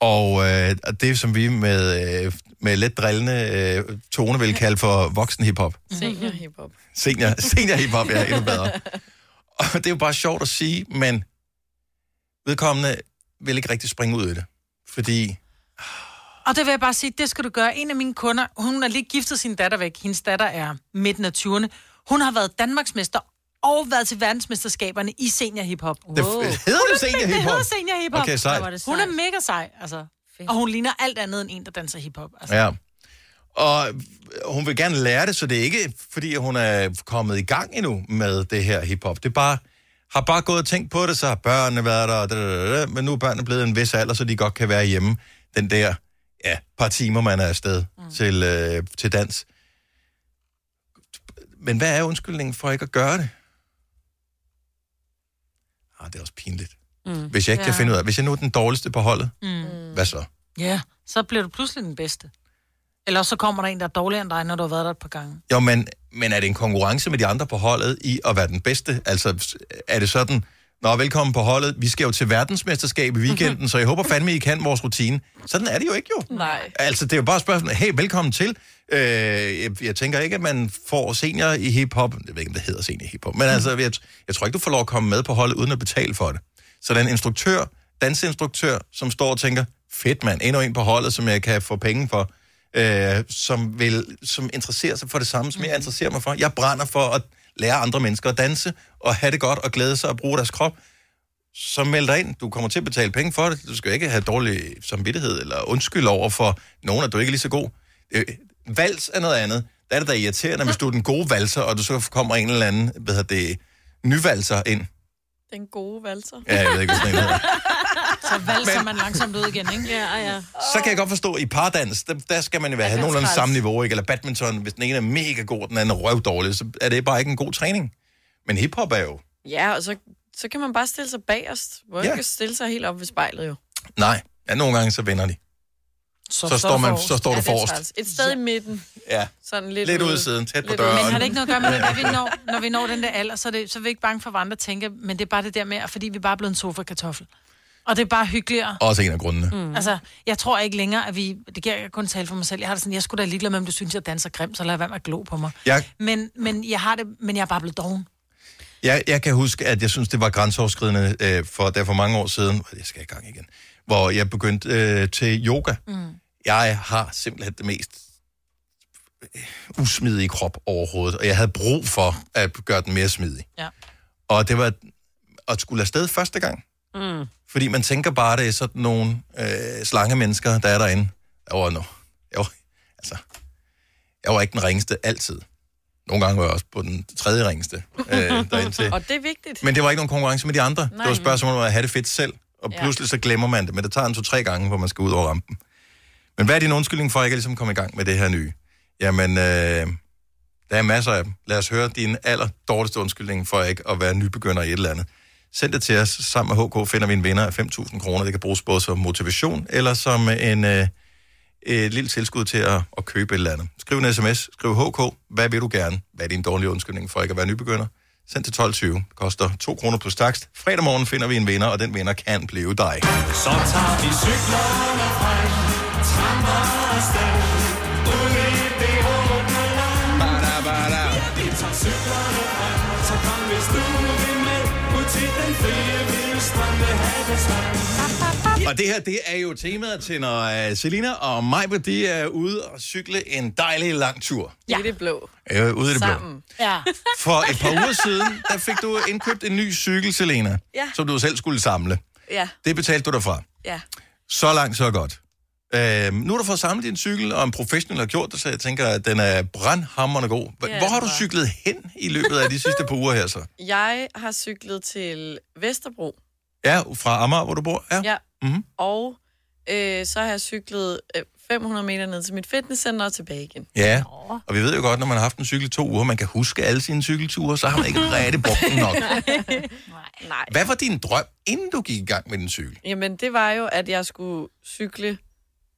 S1: Og øh, og det, som vi med, øh, med let drillende øh, tone vil kalde for voksen hip-hop.
S2: Mhm.
S3: Senior hiphop.
S1: Senior, senior hip-hop, ja, endnu bedre. Og det er jo bare sjovt at sige, men vedkommende vil ikke rigtig springe ud i det. Fordi,
S2: Og det vil jeg bare sige, det skal du gøre. En af mine kunder, hun har lige giftet sin datter væk. Hendes datter er midten af 20'erne. Hun har været Danmarksmester og været til verdensmesterskaberne i senior hiphop.
S1: Det f- hedder det
S2: Hun er-
S1: senior
S2: Det
S1: hiphop?
S2: hedder senior hiphop.
S1: Okay, sejt. Hvor var det
S2: Hun er mega sej, altså. Og hun ligner alt andet end en, der danser hiphop. Altså.
S1: ja. Og hun vil gerne lære det, så det er ikke, fordi hun er kommet i gang endnu med det her hiphop. Det er bare, har bare gået og tænkt på det, så har børnene været der, og da, da, da, da, men nu er børnene blevet en vis alder, så de godt kan være hjemme den der ja, par timer, man er afsted mm. til, øh, til dans. Men hvad er undskyldningen for ikke at gøre det? Ah, det er også pinligt.
S2: Mm.
S1: Hvis jeg ikke ja. kan finde ud af, hvis jeg nu er den dårligste på holdet,
S2: Mm.
S1: hvad så?
S2: Ja, så bliver du pludselig den bedste. Eller også så kommer der en, der er dårligere end dig, når du har været der et par gange.
S1: Jo, men, men er det en konkurrence med de andre på holdet i at være den bedste? Altså, er det sådan, Nå, velkommen på holdet, vi skal jo til verdensmesterskab i weekenden, så jeg håber fandme, I kan vores rutine. Sådan er det jo ikke jo.
S3: Nej.
S1: Altså, det er jo bare et spørgsmål, hey, velkommen til. Øh, jeg, jeg tænker ikke, at man får senior i hiphop. Jeg ved ikke, om det hedder senior i hiphop. Men altså, jeg, jeg tror ikke, du får lov at komme med på holdet, uden at betale for det. Så der er en instruktør, dansinstruktør, som står og tænker, fedt mand, endnu en på holdet, som jeg kan få penge for. Øh, som, vil, som interesserer sig for det samme, som jeg interesserer mig for. Jeg brænder for at lære andre mennesker at danse, og have det godt, og glæde sig og bruge deres krop så meld dig ind. Du kommer til at betale penge for det. Du skal ikke have dårlig samvittighed eller undskyld over for nogen, at du ikke er lige så god. Øh, Vals er noget andet. Der er det da irriterende, hvis du er den gode valser, og du så kommer en eller anden, hvad hedder det, nyvalser ind.
S3: Den gode valser.
S1: Ja, jeg ved ikke, hvad sådan en hedder.
S2: Så valser man langsomt ud igen, ikke? Ja, ja.
S1: Så kan jeg godt forstå, at i pardans, der, der skal man jo være, have
S2: det er
S1: nogenlunde
S2: træls.
S1: samme niveau, ikke? Eller badminton, hvis den ene er mega god, og den anden er røvdårlig, så er det bare ikke en god træning. Men hiphop er jo,
S3: Ja, og så, så kan man bare stille sig bagerst. Hvor
S1: Ja.
S3: ja. kan stille sig helt op ved spejlet jo.
S1: nej, ja, nogle gange så vinder de. Så, så, står, man, så står du
S3: Ja, det er
S1: forrest.
S3: træls. Et sted i midten.
S1: Ja.
S3: Sådan lidt,
S1: Lidt, lidt ude
S3: ude.
S1: i siden, tæt på
S3: Lidt ude.
S1: døren.
S2: Men har det ikke noget at gøre med,
S1: Ja.
S2: at vi når, når vi når den der alder, så er, det, så er vi ikke bange for, hvad andre tænker, men det er bare det der med, at fordi vi bare er blevet en sofa-kartoffel. Og det er bare hyggeligere.
S1: Også en af grundene.
S2: Mm. Altså, jeg tror ikke længere, at vi... Det kan jeg kun tale for mig selv. Jeg har det sådan, jeg skulle da ligeglad med, om du synes, jeg danser grimt, så lad være med at glo på mig.
S1: Jeg,
S2: Men, men jeg har det... Men jeg er bare blevet doven.
S1: jeg, jeg kan huske, at jeg synes, det var grænseoverskridende øh, for, der for mange år siden, jeg skal i gang igen, hvor jeg begyndte øh, til yoga.
S12: Mm.
S1: Jeg har simpelthen det mest øh, usmidige krop overhovedet, og jeg havde brug for at gøre den mere smidig.
S2: Ja.
S1: Og det var at skulle afsted første gang,
S2: Mm.
S1: fordi man tænker bare, det er sådan nogle øh, slange mennesker, der er derinde. Jeg var, no, jeg var, altså, jeg var ikke den ringeste altid. Nogle gange var jeg også på den tredje ringeste øh, derinde til.
S3: Og det er vigtigt.
S1: Men det var ikke nogen konkurrence med de andre. Nej. Det
S3: Nej.
S1: var et spørgsmål om at have det fedt selv, og
S3: Ja.
S1: pludselig så glemmer man det. Men det tager en to-tre gange, hvor man skal ud over rampen. Men hvad er din undskyldning for, at jeg ikke ligesom kom i gang med det her nye? Jamen, øh, der er masser af dem. Lad os høre din aller dårligste undskyldning for ikke at være nybegynder i et eller andet. Send det til os. Sammen med HK finder vi en vinder af 5.000 kroner. Det kan bruges både som motivation eller som en, øh, et lille tilskud til at, at købe et eller andet. Skriv en sms. Skriv HK. Hvad vil du gerne? Hvad er din dårlige undskyldning for ikke at være nybegynder? Send til 12.20. Det koster 2 kroner plus takst. Fredag morgen finder vi en vinder, og den vinder kan blive dig.
S14: Så tager vi cyklerne frem, tramper afsted. Ude i det åbne land. Ja, vi tager cyklerne frem, så kom hvis du vil med. Ud til den frie vilde strand ved havets rand.
S1: Og det her, det er jo temaet til, når øh, Selina og Majbert, de er ude og cykle en dejlig lang tur.
S3: Ja. I det blå.
S1: Øh, ude i det blå.
S3: Sammen. Ja.
S1: For et par uger siden, der fik du indkøbt en ny cykel, Selena,
S3: Ja.
S1: som du selv skulle samle.
S3: Ja,
S1: Det betalte du dig fra.
S3: ja.
S1: Så langt, så godt. Øh, nu har du fået samlet din cykel, og en professionel har gjort det, så jeg tænker, at den er brandhammerende god. Hvor,
S3: Ja,
S1: hvor har du
S3: den var.
S1: cyklet hen i løbet af de sidste par uger her så?
S3: Jeg har cyklet til Vesterbro.
S1: Ja, fra Amager, hvor du bor? Ja.
S3: Ja.
S1: Mhm.
S3: Og øh, så har jeg cyklet øh, 500 meter ned til mit fitnesscenter og tilbage igen.
S1: Ja, og vi ved jo godt, når man har haft en cykel i to uger, man kan huske alle sine cykelture, så har man ikke rigtig brugt den nok.
S3: Nej.
S1: Hvad var din drøm, inden du gik i gang med din cykel?
S3: Jamen, det var jo, at jeg skulle cykle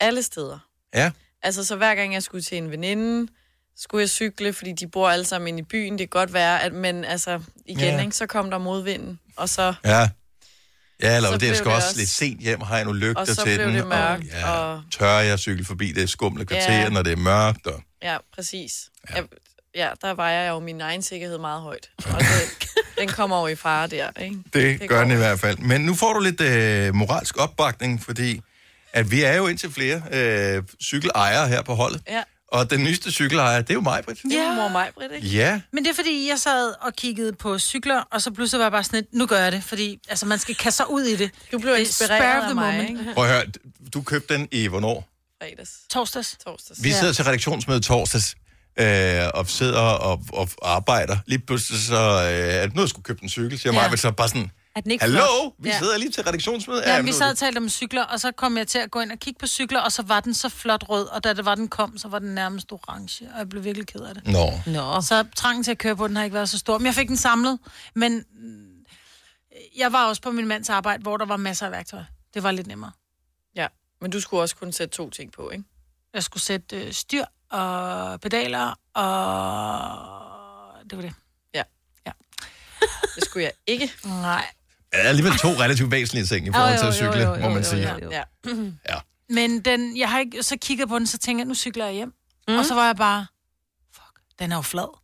S3: alle steder.
S1: Ja.
S3: Altså, så hver gang jeg skulle til en veninde, skulle jeg cykle, fordi de bor alle sammen inde i byen. Det kan godt være, at, men altså, igen,
S1: Ja.
S3: ja. ikke, så kom der modvinden, og så,
S1: Ja. Ja, eller
S3: Så
S1: det er
S3: blev
S1: sgu
S3: det
S1: også
S3: også-
S1: lidt sent hjem, har jeg nu lygter
S3: og
S1: til
S3: så
S1: den.
S3: blev det mørkt, og, ja. og
S1: tør jeg at cykle forbi det skumle kvarter,
S3: Ja.
S1: når det er mørkt. Og...
S3: ja, præcis. Ja. Jeg, ja, der vejer jeg jo min egen sikkerhed meget højt. Og det, den kommer jo i fare der, ikke?
S1: Det,
S3: går
S1: gør den i hvert fald. Men nu får du lidt øh, moralsk opbakning, fordi at vi er jo indtil flere øh, cykelejere her på holdet.
S3: Ja.
S1: Og den nyeste cykelejer, det er jo mig, Britt.
S3: Det er mor mig, Britt, ikke?
S1: Ja.
S2: Men det er fordi, jeg sad og kiggede på cykler, og så pludselig var jeg bare sådan lidt, nu gør jeg det, fordi altså, man skal kaste sig ud i det.
S3: Du blev inspireret af mig, ikke?
S1: Prøv at høre, du købte den i hvornår?
S3: Fredags.
S2: Torsdags.
S3: Torsdags.
S1: Vi sidder til redaktionsmøde torsdags, øh, og sidder og, og arbejder. Lige pludselig så, øh, at nu skulle købe en cykel, siger
S2: Ja.
S1: ja. mig, så bare sådan,
S2: Er den ikke
S1: hallo,
S2: flot?
S1: vi
S2: Ja.
S1: sidder lige til redaktionsmøde.
S2: Ja,
S1: men
S2: vi
S1: nu-
S2: sad og talte om cykler, og så kom jeg til at gå ind og kigge på cykler, og så var den så flot rød, og da det var, den kom, så var den nærmest orange, og jeg blev virkelig ked af det.
S1: Nå.
S2: Nå. Så trangen til at køre på den har ikke været så stor, men jeg fik den samlet. Men mm, jeg var også på min mands arbejde, hvor der var masser af værktøj. Det var lidt nemmere.
S3: Ja, men du skulle også kun sætte to ting på, ikke?
S2: Jeg skulle sætte øh, styr og pedaler, og det var det.
S3: Ja.
S2: ja.
S3: det skulle jeg ikke.
S2: Nej.
S1: Ja, alligevel to relativt væsentlige ting i forhold til at cykle, må man sige.
S2: Ja. Men den, jeg har ikke, så kigget på den, så tænker jeg, nu cykler jeg hjem.
S4: Mm.
S2: Mm. Og så var jeg bare, fuck, den er jo flad.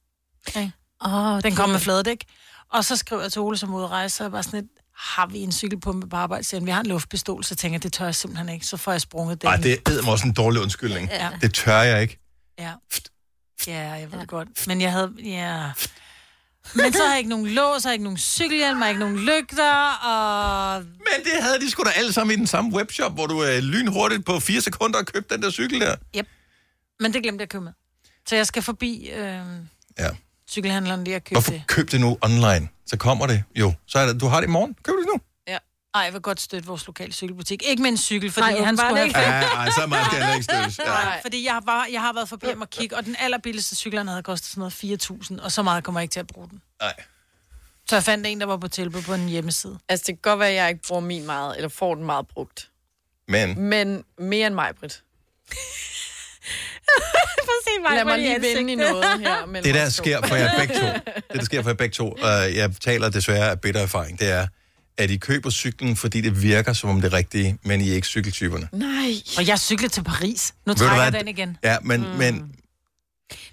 S2: Okay.
S4: Oh,
S2: Den kom med fladedæk. Og så skriver jeg til Ole som udrejser, så er jeg bare sådan lidt, har vi en cykelpumpe på arbejde? Siger han, vi har en luftpistol, så tænker jeg, det tør jeg simpelthen ikke. Så får jeg sprunget den.
S1: Ej, det er eddermame også en dårlig undskyldning.
S2: Ja.
S1: Ja. Det tør jeg ikke.
S2: Ja. ja, jeg ved det godt. Men jeg havde... Ja. Men så har jeg ikke nogen lås, og ikke nogen cykelhjelm, og ikke nogen lygter, og...
S1: Men det havde de sgu da alle sammen i den samme webshop, hvor du øh, lynhurtigt på fire sekunder købte den der cykel der.
S2: Yep. Men det glemte jeg at købe med. Så jeg skal forbi øh,
S1: Ja.
S2: cykelhandleren lige og købe
S1: Hvorfor
S2: det.
S1: køb det nu online? Så kommer det jo. Så er det, du har det i morgen. Køb det nu.
S2: Ja. Ej, jeg vil godt støtte vores lokale cykelbutik. Ikke med en cykel, fordi
S4: Nej,
S2: Nej, han skulle
S4: åbenbart
S2: have...
S4: ikke. Ja,
S1: ej, så meget skal jeg ikke støttes. Ja.
S2: Nej, fordi jeg, var, jeg har været forbi ham og kigge, og den allerbilligste cykel, han havde kostet sådan noget 4.000, og så meget kommer jeg ikke til at bruge den.
S1: Nej.
S2: Så jeg fandt en, der var på tilbud på en hjemmeside.
S3: Altså, det kan godt være, at jeg ikke bruger min meget, eller får den meget brugt.
S1: Men
S3: Men mere end mig, Britt.
S4: Prøv at se mig
S3: Lad
S4: på
S3: mig
S4: dit
S3: lige
S4: ansigt.
S3: vinde i noget her. mellem
S1: det der
S3: os to.
S1: sker for jer begge to, det der sker for jer begge to, og jeg taler desværre af bitter erfaring, det er, at I køber cyklen, fordi det virker som om det er rigtige, men I er ikke cykeltyperne.
S2: Nej. Og jeg cyklede til Paris. Nu
S1: Ved du
S2: trækker jeg
S1: hvad?
S2: den igen.
S1: Ja, men, mm. men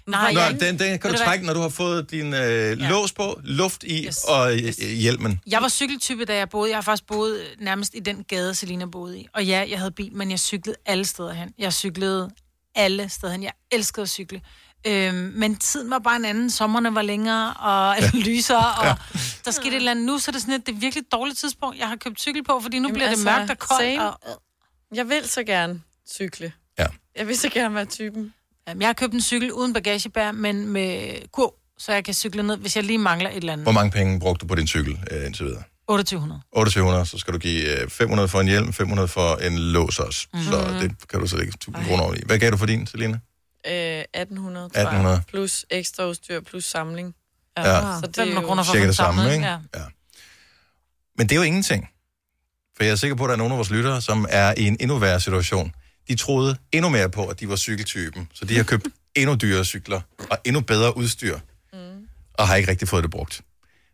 S2: Nej,
S1: Nå,
S2: jeg,
S1: den, den kan
S2: Ved
S1: du
S2: du
S1: trække, når du har fået din øh, lås på, luft i yes. og øh, hjelmen.
S2: jeg var cykeltype, da jeg boede. Jeg har faktisk boet øh, nærmest i den gade, Selina boede i. Og ja, jeg havde bil, men jeg cyklede alle steder hen. Jeg cyklede alle steder hen. Jeg elskede at cykle. Øhm, men tiden var bare en anden. Sommerne var længere og ja. lysere, og ja. der skete et eller andet. Nu så er det sådan, at det er virkelig et dårligt tidspunkt, jeg har købt cykel på, fordi nu Jamen bliver det mørkt og koldt.
S3: altså, same.
S2: Og,
S3: Jeg vil så gerne cykle.
S1: Ja.
S3: Jeg vil så gerne være typen.
S2: Jamen, jeg har købt en cykel uden bagagebær, men med kurv, så jeg kan cykle ned, hvis jeg lige mangler et eller andet.
S1: Hvor mange penge brugte du på din cykel øh, indtil videre?
S2: 2800.
S1: 2800, så skal du give øh, 500 for en hjelm, 500 for en lås også. Mm. Så
S3: Mhm.
S1: det kan du så lægge 1000 kroner over i. Hvad gav du for din, Selina?
S3: Øh, 1800, tror jeg.
S1: 1800.
S3: Plus ekstra udstyr, plus samling. Altså,
S1: Ja.
S3: Så det er
S2: 500
S3: jo-
S2: kroner for
S1: Cirka
S2: at få
S1: det
S2: den
S1: samme,
S2: samlet,
S1: ikke?
S2: Ja.
S1: Men det er jo ingenting. For jeg er sikker på, at der er nogle af vores lyttere, som er i en endnu værre situation. De troede endnu mere på, at de var cykeltypen, så de har købt endnu dyrere cykler og endnu bedre udstyr, mm. og har ikke rigtig fået det brugt.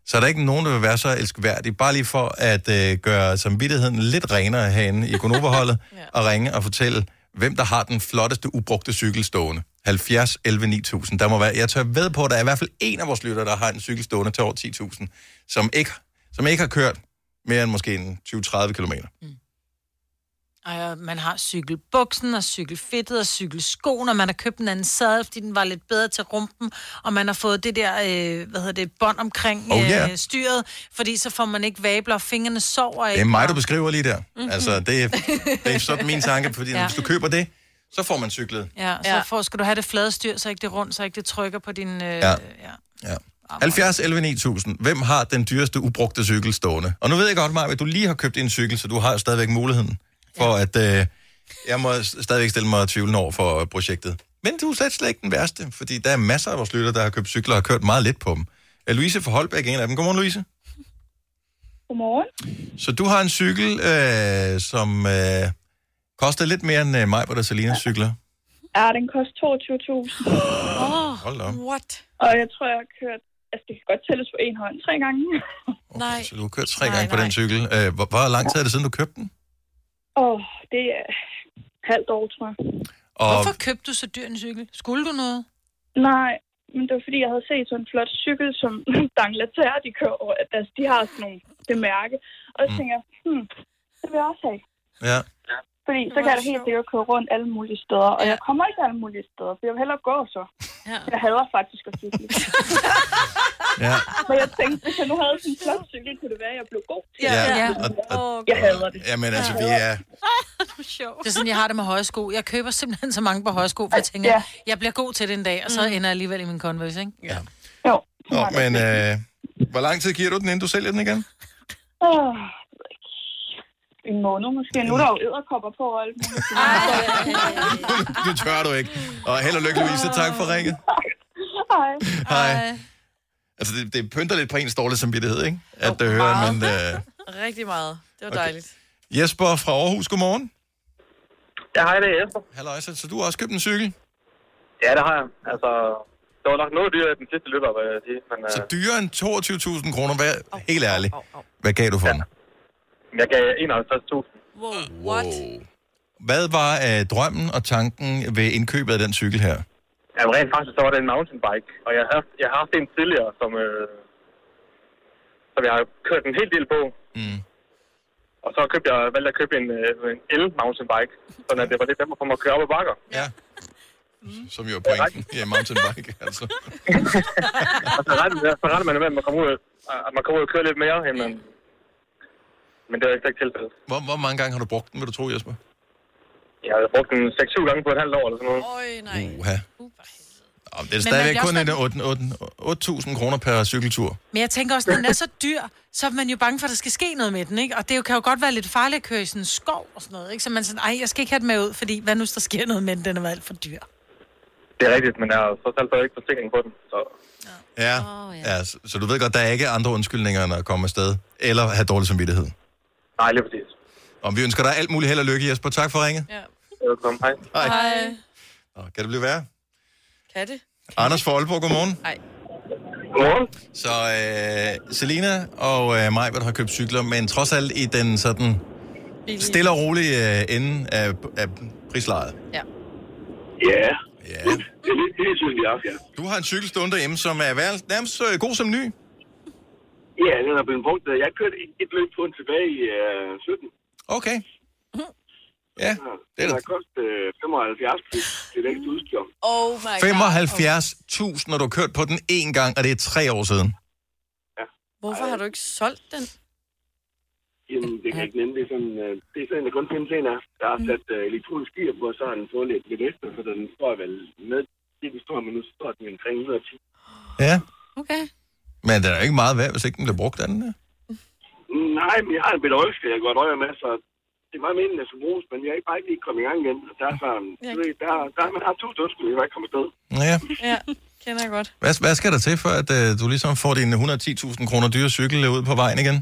S1: Så er der ikke nogen, der vil være så elskværdig, bare lige for at øh, gøre samvittigheden lidt renere herinde i Konoverholdet, ja. og ringe og fortælle, hvem der har den flotteste ubrugte cykel stående. 70 11 9000. Der må være, jeg tør ved på, at der er i hvert fald en af vores lyttere, der har en cykel stående til over 10.000, som ikke, som ikke har kørt mere end måske en 20-30 km.
S2: Og øh, man har cykelbuksen og cykelfittet og cykelskoen, og man har købt en anden sadel, fordi den var lidt bedre til rumpen, og man har fået det der, øh, hvad hedder det, bånd omkring
S1: Oh, yeah.
S2: øh, styret, fordi så får man ikke vabler, og fingrene sover ikke.
S1: Det er mig, du beskriver lige der.
S2: Mhm.
S1: Altså, det er, det er sådan min tanke, fordi
S2: Ja.
S1: ja. hvis du køber det, så får man cyklet.
S2: Ja, så
S3: Ja.
S2: Får, skal du have det flade styr, så ikke det er rundt, så ikke det trykker på din... Øh,
S1: Ja.
S2: Ah,
S1: 70 11 9000. Hvem har den dyreste ubrugte cykel stående? Og nu ved jeg godt, Maja, at du lige har købt en cykel, så du har jo stadigvæk muligheden for at... Øh, jeg må s- stadigvæk stille mig tvivlen over for øh, projektet. Men du er slet, slet ikke den værste, fordi der er masser af vores lytter, der har købt cykler og har kørt meget lidt på dem. Øh, Louise fra Holbæk er en af dem. Godmorgen, Louise.
S19: Godmorgen.
S1: Så du har en cykel, øh, som øh, koster lidt mere end øh, mig, hvor der Salinas cykler.
S19: Ja, den koster 22.000. Oh,
S1: Hold da op.
S19: what? Og jeg tror, jeg har kørt... Altså, det kan godt tælles på en hånd tre gange. Nej.
S1: Så du har kørt tre gange på den cykel. Øh, hvor, hvor lang tid er det siden, du købte den?
S19: Åh, oh, det er halvt år, tror jeg.
S1: Og
S2: Hvorfor købte du så dyr en cykel? Skulle du noget?
S19: Nej, men det var fordi, jeg havde set sådan en flot cykel, som Dangletær, de kører over. at- Altså, de har sådan nogle, det mærke. Og
S2: Mm.
S19: så tænker jeg, hmm, det vil jeg også have.
S1: Ja.
S19: Fordi så
S9: Det
S19: kan
S9: var
S19: jeg da helt sikkert køre rundt alle mulige steder. Og jeg kommer ikke alle mulige steder, for jeg vil hellere gå så.
S2: Ja.
S19: Jeg hader faktisk at cykle.
S1: Ja.
S19: Men jeg tænkte, hvis jeg nu havde sådan en flot cykel, kunne det være, at jeg blev god til
S1: Ja,
S19: det.
S1: ja.
S19: Jeg hader det.
S1: Jamen altså, vi er...
S2: Det er sådan, jeg har det med høje sko. Jeg køber simpelthen så mange på høje sko, for jeg tænker,
S19: Ja. Mm.
S2: jeg bliver god til det en dag, og så ender jeg alligevel i min Converse, ikke?
S1: Ja. Nå, men øh, hvor lang tid giver du den, inden du sælger den igen?
S19: Åh, en måned måske. Nu er der jo æderkopper på og alt muligt.
S1: det tør du ikke. Og held og lykke, Louise. Tak for ringet.
S19: Hej.
S1: Hej. Altså, det, det pynter lidt på ens dårlige samvittighed, ikke? At det hører,
S3: meget.
S1: men... Øh,
S3: Rigtig meget. Det var dejligt.
S1: Jesper fra Aarhus, godmorgen.
S20: Ja, hej, det er Jesper.
S1: Halløj, så, så du har også købt en cykel?
S20: Ja, det har jeg. Altså, det var nok noget dyrere i den sidste løber, vil jeg sige. Men
S1: Så
S20: øh,
S1: dyrere end 22.000 kroner, hvad, helt ærligt. Hvad gav du for den?
S20: jeg gav 51.000.
S3: Wow,
S1: Ah,
S3: what?
S1: Hvad var øh, drømmen og tanken ved indkøbet af den cykel her?
S20: Ja, men rent faktisk, så var det en mountainbike. Og jeg har, jeg har haft en tidligere, som, øh, som jeg har kørt en hel del på.
S1: Mm.
S20: Og så købte jeg, valgte jeg at købe en, øh, en el-mountainbike, sådan at det var lidt nemmere for mig at køre op ad bakker.
S2: Mm.
S1: Som jo er pointen i ja, mountainbike, altså.
S20: Og så retter, man- så retter man jo med, at man kommer ud, at man kommer ud og kører lidt mere, end man... Men det var ikke ikke tilfældet.
S1: Hvor, hvor mange gange har du brugt den, vil du tro, Jesper?
S20: Jeg har brugt den 6-7 gange på et halvt år eller sådan noget.
S3: Øj, nej.
S1: Uha. Nå, Det er
S2: Uh, Men
S1: stadigvæk
S2: man
S1: kun
S2: bliver
S1: en 8 8 8.000 kroner per cykeltur.
S2: Men jeg tænker også, når den er så dyr, så er man jo bange for, at der skal ske noget med den, ikke? Og det jo- kan jo godt være lidt farligt at køre i sådan en skov og sådan noget, ikke? Så man sådan, ej, jeg skal ikke have den med ud, fordi hvad nu, hvis der sker noget med den? Den har været alt for dyr.
S20: Det er rigtigt, men jeg har så selv ikke forsikring på den. Så
S1: Ja. ja så, så du ved godt, der er ikke andre undskyldninger end at komme afsted, eller have dårlig samvittighed.
S20: Nej, lige præcis.
S1: Og vi ønsker dig alt muligt held og lykke, Jesper. Tak for ringet.
S20: velkommen. Hej.
S3: Hej.
S1: Nå, kan det blive værre?
S3: Kan det?
S1: Anders fra Aalborg, godmorgen.
S3: Nej.
S20: Godmorgen.
S1: Så øh, Selina og øh, Majbert har købt cykler, men trods alt i den sådan stille og rolige øh, ende af, af prislejet.
S21: Ja.
S1: Ja.
S21: Det er lidt det, synes jeg, ja.
S1: Du har en cykel stående derhjemme, som er værd, nærmest øh, god som ny.
S21: Ja, den er blevet brugt. Jeg kørte et, et løb på den tilbage i øh, 17.
S1: Okay. Ja, det er
S21: Den har kostet øh, 75 plus det længste udstyr.
S3: Oh my
S1: 75.000, når du har kørt på den én gang, og det er tre år siden.
S3: Hvorfor har du ikke solgt den?
S21: Jamen, det kan jeg ikke nemme. Det er sådan, øh, det er sådan der kun findes en af. Der
S3: Mhm.
S21: har sat øh, elektronisk gear på, og så har den fået lidt, lidt efter, så den står vel med det, den står, men nu står den omkring 110.
S1: Ja,
S21: Okay.
S1: men den er jo ikke meget værd, hvis ikke den bliver brugt, er den der.
S21: Nej, men jeg har en bedre øjeblik, jeg går et øje med, så det er meget meningen, at jeg skulle bruges, men jeg er bare ikke lige kommet i gang igen. Og Der er sådan, du ved, der, der, man har to dødsmål, jeg er ikke kommet afsted.
S1: Ja.
S3: Ja, kender jeg godt.
S1: Hvad, hvad skal der til, for at øh, du ligesom får din 110.000 kroner dyre cykel ud på vejen igen?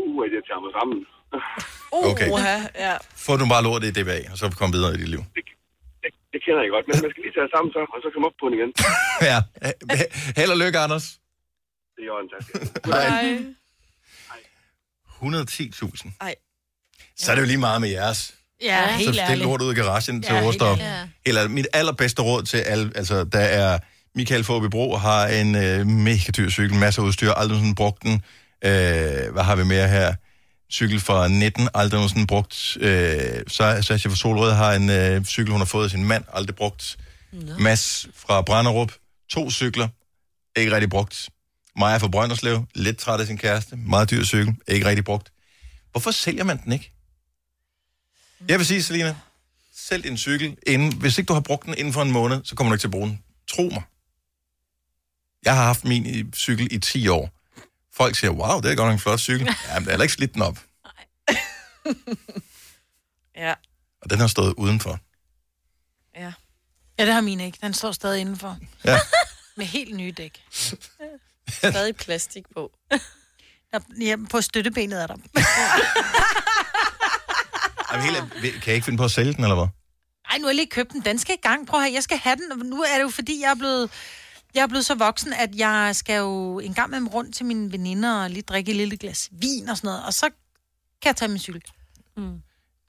S21: Uh, at jeg tager mig sammen.
S3: Uh,
S1: Okay.
S21: Uha,
S3: ja.
S1: Får du bare lortet i det bag, og så komme videre i dit liv.
S21: Det kender jeg godt, men man skal lige tage sig sammen så, og så komme op på den igen.
S1: ja. Held og lykke, Anders.
S21: Det er jo en tak.
S1: Hej. 110.000.
S3: Ej.
S1: Så er det jo lige meget med jeres.
S2: Ja,
S1: så
S2: helt
S1: det
S2: ærligt.
S1: lort ud i garagen til
S2: Ja, helt
S1: Årstop.
S2: ærligt. Ja.
S1: Eller mit allerbedste råd til alle, altså der er Michael Forby Bro har en øh, mega dyr cykel, masser af udstyr, aldrig sådan brugt den. Øh, hvad har vi mere her? Cykel fra 19, aldrig nogensinde brugt. Øh, så Sasha fra Solrød har en øh, cykel, hun har fået af sin mand, aldrig brugt. Mads fra Branderup, to cykler, ikke rigtig brugt. Maja fra Brønderslev, lidt træt af sin kæreste, meget dyr cykel, ikke rigtig brugt. Hvorfor sælger man den ikke? Jeg vil sige, Selina, sælg din cykel inden. Hvis ikke du har brugt den inden for en måned, så kommer du ikke til at bruge den. Tro mig. Jeg har haft min i- cykel i 10 år. Folk siger, wow, det er godt nok en flot cykel. Jamen, det er heller ikke slidt den op.
S3: Ja,
S1: Og den har stået udenfor.
S3: ja.
S2: Ja, det har min ikke. Den står stadig indenfor.
S1: Ja.
S2: Med helt nye dæk.
S3: Stadig plastik på.
S2: Der, ja, på støttebenet er der.
S1: Jamen, hele, kan jeg ikke finde på at sælge den, eller hvad?
S2: ej, nu har jeg lige købt den, den skal i gang, prøv at høre, jeg skal have den. Og Nu er det jo, fordi jeg er blevet, jeg er blevet så voksen, at jeg skal jo en gang med dem rundt til mine veninder og lige drikke et lille glas vin og sådan noget, og så kan jeg tage min cykel. Mm.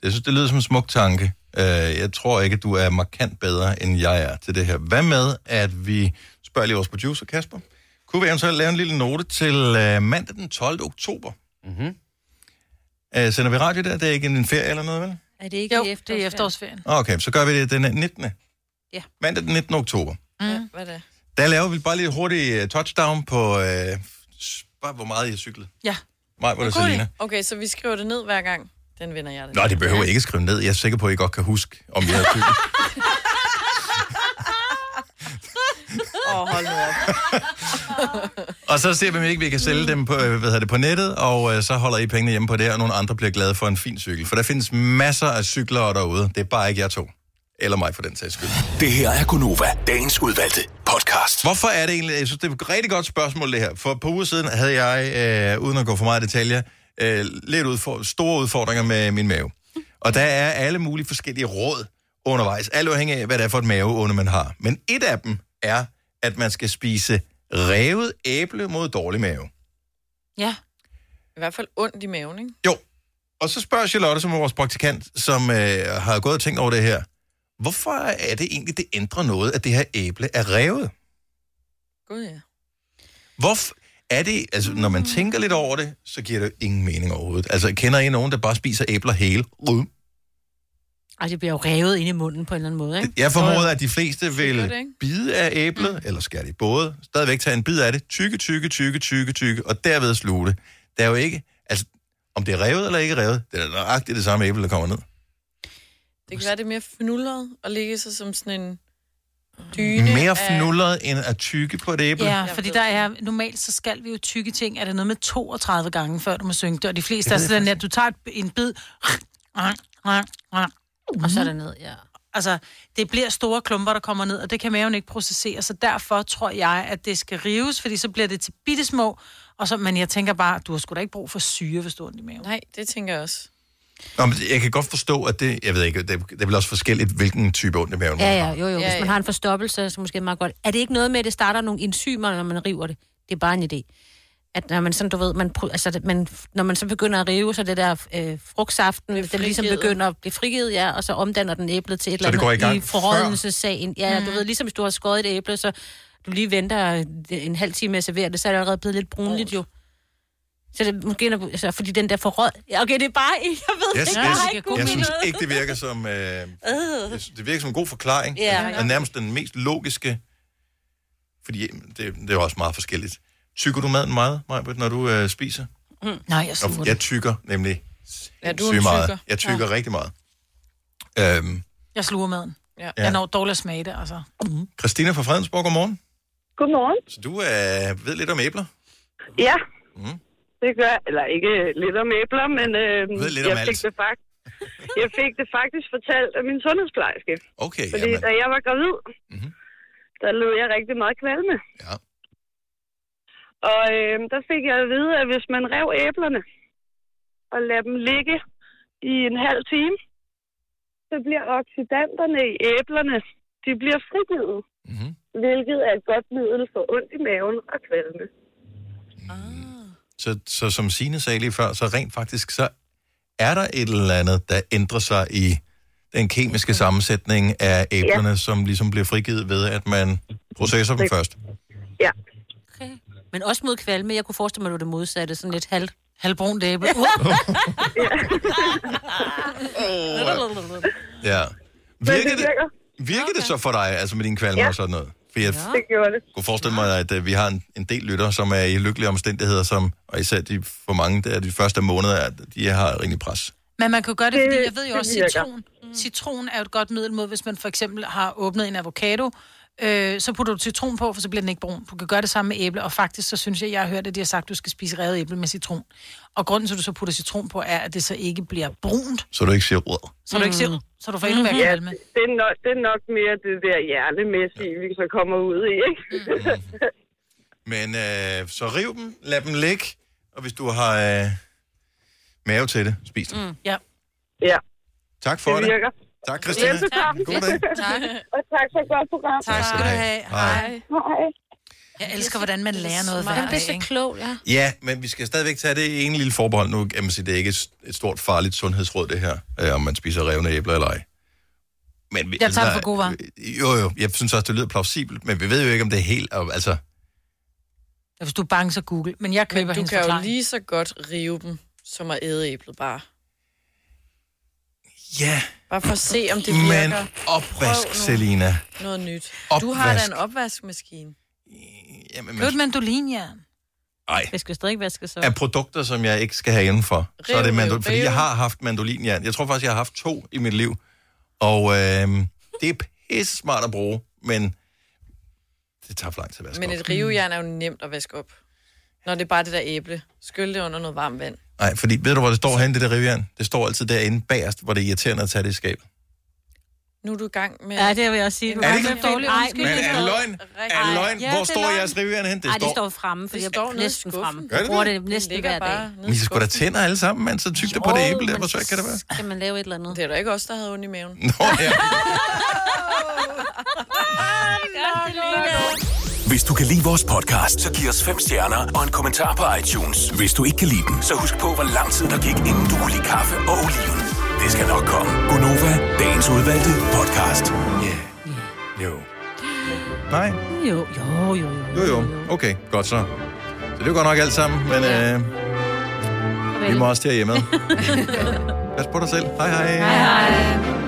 S1: Jeg synes, det lyder som en smuk tanke. Øh, Jeg tror ikke, at du er markant bedre, end jeg er til det her. Hvad med, at vi spørger lige vores producer, Kasper? Kunne vi eventuelt lave en lille note til øh, mandag den 12. oktober? Mm-hmm. Sender vi radio der? Det er ikke en ferie eller noget, vel? Ah,
S4: Er det ikke jo, efter det er efterårsferien?
S1: Okay, så gør vi det den 19.
S4: Ja.
S1: Mandag den 19. oktober.
S4: Mm. ja hvad er det?
S1: Der laver vi bare lige hurtigt øh, touchdown på... Øh, s- bare hvor meget jeg cyklede.
S3: Ja.
S1: Mig, hvor der
S3: Cool.
S1: Selina.
S3: Okay, så vi skriver det ned hver gang. Den vinder jeg. Den.
S1: Nå, det behøver I ikke skrive ned. Jeg er sikker på, at I godt kan huske, om jeg havde cyklet.
S3: Åh, oh, hold nu op.
S1: Og så ser vi, om ikke vi kan sælge dem på, øh, hvad hedder det, på nettet, og øh, så holder I pengene hjemme på det, og nogle andre bliver glade for en fin cykel. For der findes masser af cyklere derude. Det er bare ikke jer to. Eller mig for den sags skyld.
S6: Det her er Gunova, dagens udvalgte podcast.
S1: Hvorfor er det egentlig... Jeg synes, det er et rigtig godt spørgsmål, det her. For på uger siden havde jeg, øh, uden at gå for meget i detaljer, øh, lidt udfor- store udfordringer med min mave. Og der er alle mulige forskellige råd undervejs, alt afhængig af, hvad det er for et maveånde, man har. Men et af dem er, at man skal spise revet æble mod dårlig mave.
S3: Ja. I hvert fald ondt i maven, ikke?
S1: Og så spørger Charlotte, som er vores praktikant, som øh, har gået og tænkt over det her. Hvorfor er det egentlig, det ændrer noget, at det her æble er revet?
S3: Gud, ja.
S1: Hvorfor er det, altså når man tænker lidt over det, så giver det jo ingen mening overhovedet. Altså kender I nogen, der bare spiser æbler hele? Uh.
S4: Ej, det bliver jo revet ind i munden på en eller anden måde, ikke?
S1: Jeg formoder, at de fleste
S4: gør
S1: vil
S4: det, ikke?
S1: bide af æblet, mm. eller skære det i både, stadigvæk tage en bid af det, tykke, tykke, tykke, tykke, tykke, og derved sluge det. Der er jo ikke, altså om det er revet eller ikke revet, det er da nøjagtigt det samme æble, der kommer ned.
S3: Det kan være, det er mere fnullet og ligge sig som sådan en dyne.
S1: Mere
S3: af-
S1: fnulleret end at tykke på et æble.
S2: Ja, fordi der er, normalt så skal vi jo tykke ting, er det noget med 32 gange, før du må synge det, og de
S1: Det
S2: fleste
S1: ved
S2: er
S1: jeg
S2: sådan, at du tager et, en bid, og så er det
S4: ned, ja.
S2: Altså, det bliver store klumper, der kommer ned, og det kan maven ikke processere, så derfor tror jeg, at det skal rives, fordi så bliver det til bittesmå, og så, men jeg tænker bare, du har sgu da ikke brug for syre, hvis du har ondt i maven.
S3: Nej, det tænker jeg også.
S1: Nå, men jeg kan godt forstå, at det, jeg ved ikke, det, det er vel også forskelligt, hvilken type ondt i maven man
S4: Ja,
S1: har.
S4: ja, jo, jo. Hvis man har en forstoppelse, så måske meget godt. Er det ikke noget med, at det starter nogle enzymer, når man river det? Det er bare en idé. At når man sådan, du ved, man, prø- altså, det- man, når man så begynder at rive, så det der øh, frugtsaften, den ligesom
S3: frigivet.
S4: begynder at blive frigivet, ja, og så omdanner den æblet til et
S1: Så
S4: eller
S1: det
S4: andet
S1: går i gang
S4: i
S1: før?
S4: forrådnelsessagen. Ja, mm.
S3: Mm.
S4: du ved, ligesom hvis du har skåret et æble, så du lige venter øh, en halv time med at servere det, så er det allerede blevet lidt brunligt jo. Så det er måske, når- altså, fordi den der forråd... Ja, okay, det er bare... Jeg ved ikke,
S1: Yes, yes.
S4: jeg har ikke
S1: Jeg
S4: kunnet
S1: synes
S4: noget.
S1: ikke, det virker som... Øh, jeg
S4: Øh.
S1: synes, det virker som en god forklaring.
S4: Ja.
S1: Og nærmest den mest logiske. Fordi øh, det, det er også meget forskelligt. Tykker du maden meget, Majbert, når du øh, spiser?
S2: Mm. Nej, jeg sluger
S1: Og
S2: det.
S1: jeg tykker nemlig
S2: Ja, du er en
S1: sygt meget.
S2: tykker.
S1: Jeg tykker ja.
S2: Ja.
S1: rigtig meget. Øhm,
S2: Jeg sluger maden.
S3: Ja.
S2: Jeg når dårligt at smage det, altså.
S1: Christina fra Fredensborg, godmorgen.
S16: Godmorgen.
S1: Så du øh, ved lidt om æbler.
S16: Ja.
S1: Mm.
S16: Det gør Eller ikke lidt om æbler, men øh,
S1: Ved lidt om
S16: jeg, fik
S1: alt.
S16: det fakt- jeg fik det faktisk fortalt af min sundhedsplejerske.
S1: Okay,
S16: Fordi
S1: jamen. Mhm.
S16: da jeg var gravid, mm-hmm. der lød jeg rigtig meget kvalme.
S1: Ja.
S16: Og øh, der fik jeg at vide, at hvis man rev æblerne og lader dem ligge i en halv time, så bliver oxidanterne i æblerne, de bliver frigivet.
S1: Mm-hmm.
S16: Hvilket er et godt middel for ondt i maven og kvalme.
S1: Så, så som Signe sagde lige før, så rent faktisk, så er der et eller andet, der ændrer sig i den kemiske sammensætning af æblerne, ja. som ligesom bliver frigivet ved, at man processer dem
S4: Det-
S1: først.
S16: Ja.
S4: Men også mod kvalme. Jeg kunne forestille mig, at det var det modsatte. Sådan lidt halv...
S2: Halvbrun æble.
S1: Ja. Virker det,
S16: virker.
S1: virker det så for dig, altså med dine kvalmer
S16: Ja.
S1: og sådan noget? For jeg
S16: Det gjorde det.
S1: kunne forestille mig, at øh, vi har en, en del lytter, som er i lykkelige omstændigheder, som, og især de, for mange der, de første måneder, at de har rimelig pres.
S2: Men man kan jo gøre det, fordi
S16: Det-
S2: jeg ved jo
S16: det
S2: også,
S16: virker.
S2: citron, citron er jo et godt middel mod, hvis man for eksempel har åbnet en avocado, øh, så putter du citron på, for så bliver den ikke brun. Du kan gøre det samme med æble, og faktisk så synes jeg, jeg har hørt, at de har sagt, at du skal spise revet æble med citron. Og grunden til, at du så putter citron på, er, at det så ikke bliver brunt,
S1: Så du ikke siger råd.
S2: så du ikke ser, så du får endnu mere
S16: Ja,
S2: kvalme.
S16: det- det, er nok, det er nok mere det der hjernemæssige, vi så kommer ud i, ikke?
S1: Men øh, så riv dem, lad dem ligge, og hvis du har øh, mave til det, spis dem.
S2: Mm, Ja.
S16: Ja.
S1: Tak for
S16: det
S1: det.
S16: virker.
S1: Tak, Christina. God dag.
S7: Tak. Og tak for et godt program.
S2: Tak skal du have.
S1: Hej.
S7: Hej.
S2: Jeg elsker, hvordan man lærer noget hver
S4: Smart.
S2: dag.
S4: Man bliver så klog, ja.
S1: Ja, men vi skal stadigvæk tage det ene lille forbehold nu. Jamen, så det er ikke et, et stort farligt sundhedsråd, det her, øh, om man spiser revne æbler eller ej. Men vi, altså,
S2: Jeg tager det for gode varer.
S1: Jo, jo, jeg synes også, det lyder plausibelt, men vi ved jo ikke, om det er helt... og- Altså,
S2: Ja, Hvis du er bange, så google. Men jeg køber
S3: Men du
S2: hendes
S3: kan jo
S2: forklaring.
S3: lige så godt rive dem, som at æde æblet bare.
S1: ja,
S3: Bare for at se, om det
S1: men
S3: virker.
S1: opvask,
S3: Prøv nu
S1: Selina.
S3: Noget nyt. Du
S1: Opvask.
S3: har da en opvaskemaskine.
S1: Jamen,
S2: Køb et mandolinia.
S1: Ej.
S2: Det skal stadig vaske så.
S1: Af produkter, som jeg ikke skal have indenfor, så er
S2: Riv,
S1: det mandolin.
S2: riv,
S1: Fordi
S2: riv.
S1: jeg har haft mandolinjern. Jeg tror faktisk, jeg har haft to i mit liv. Og øh, det er pisse smart at bruge, men det tager for lang tid at vaske
S3: Men
S1: op.
S3: et rivejern er jo nemt at vaske op. Når det er bare det der æble. Skyl det under noget varmt vand.
S1: Nej, fordi ved du, hvor det står henne, det der rivjern? Det står altid derinde bagerst, hvor det er irriterende at tage det i skab.
S3: Nu er du i gang med...
S4: Ja, det vil jeg også sige.
S3: en
S4: Du er
S3: rigtig
S4: ikke dårlig
S3: fin-
S4: undskyldning.
S1: Men er det løgn? Er det løgn? Hvor står jeres rivjern henne? Det
S4: Det Ej, det
S1: står-
S4: står fremme, for jeg
S3: står
S4: står
S3: nede i
S4: næsten
S3: skuffen.
S4: fremme.
S1: Gør det
S4: Jeg bruger
S1: det?
S4: det næsten hver dag.
S1: Men I skulle da tænder alle sammen, mand, så tyk det på det æble der, hvor svært kan det være?
S4: Skal man lave et eller andet?
S3: Det er da ikke os, der havde ondt i maven.
S1: Nå, ja.
S9: Hvis du kan lide vores podcast, så giv os fem stjerner og en kommentar på iTunes. Hvis du ikke kan lide den, så husk på, hvor lang tid der gik, inden du kunne lide kaffe og oliven. Det skal nok komme. Gonova, dagens udvalgte podcast.
S1: Yeah. Jo. Nej.
S4: Jo, jo, jo, jo.
S1: Jo, jo. Okay, godt så. Så det er jo godt nok alt sammen, men øh, vi må også til at hjemme. Pas på dig selv. Hej hej.
S4: Hej, hej.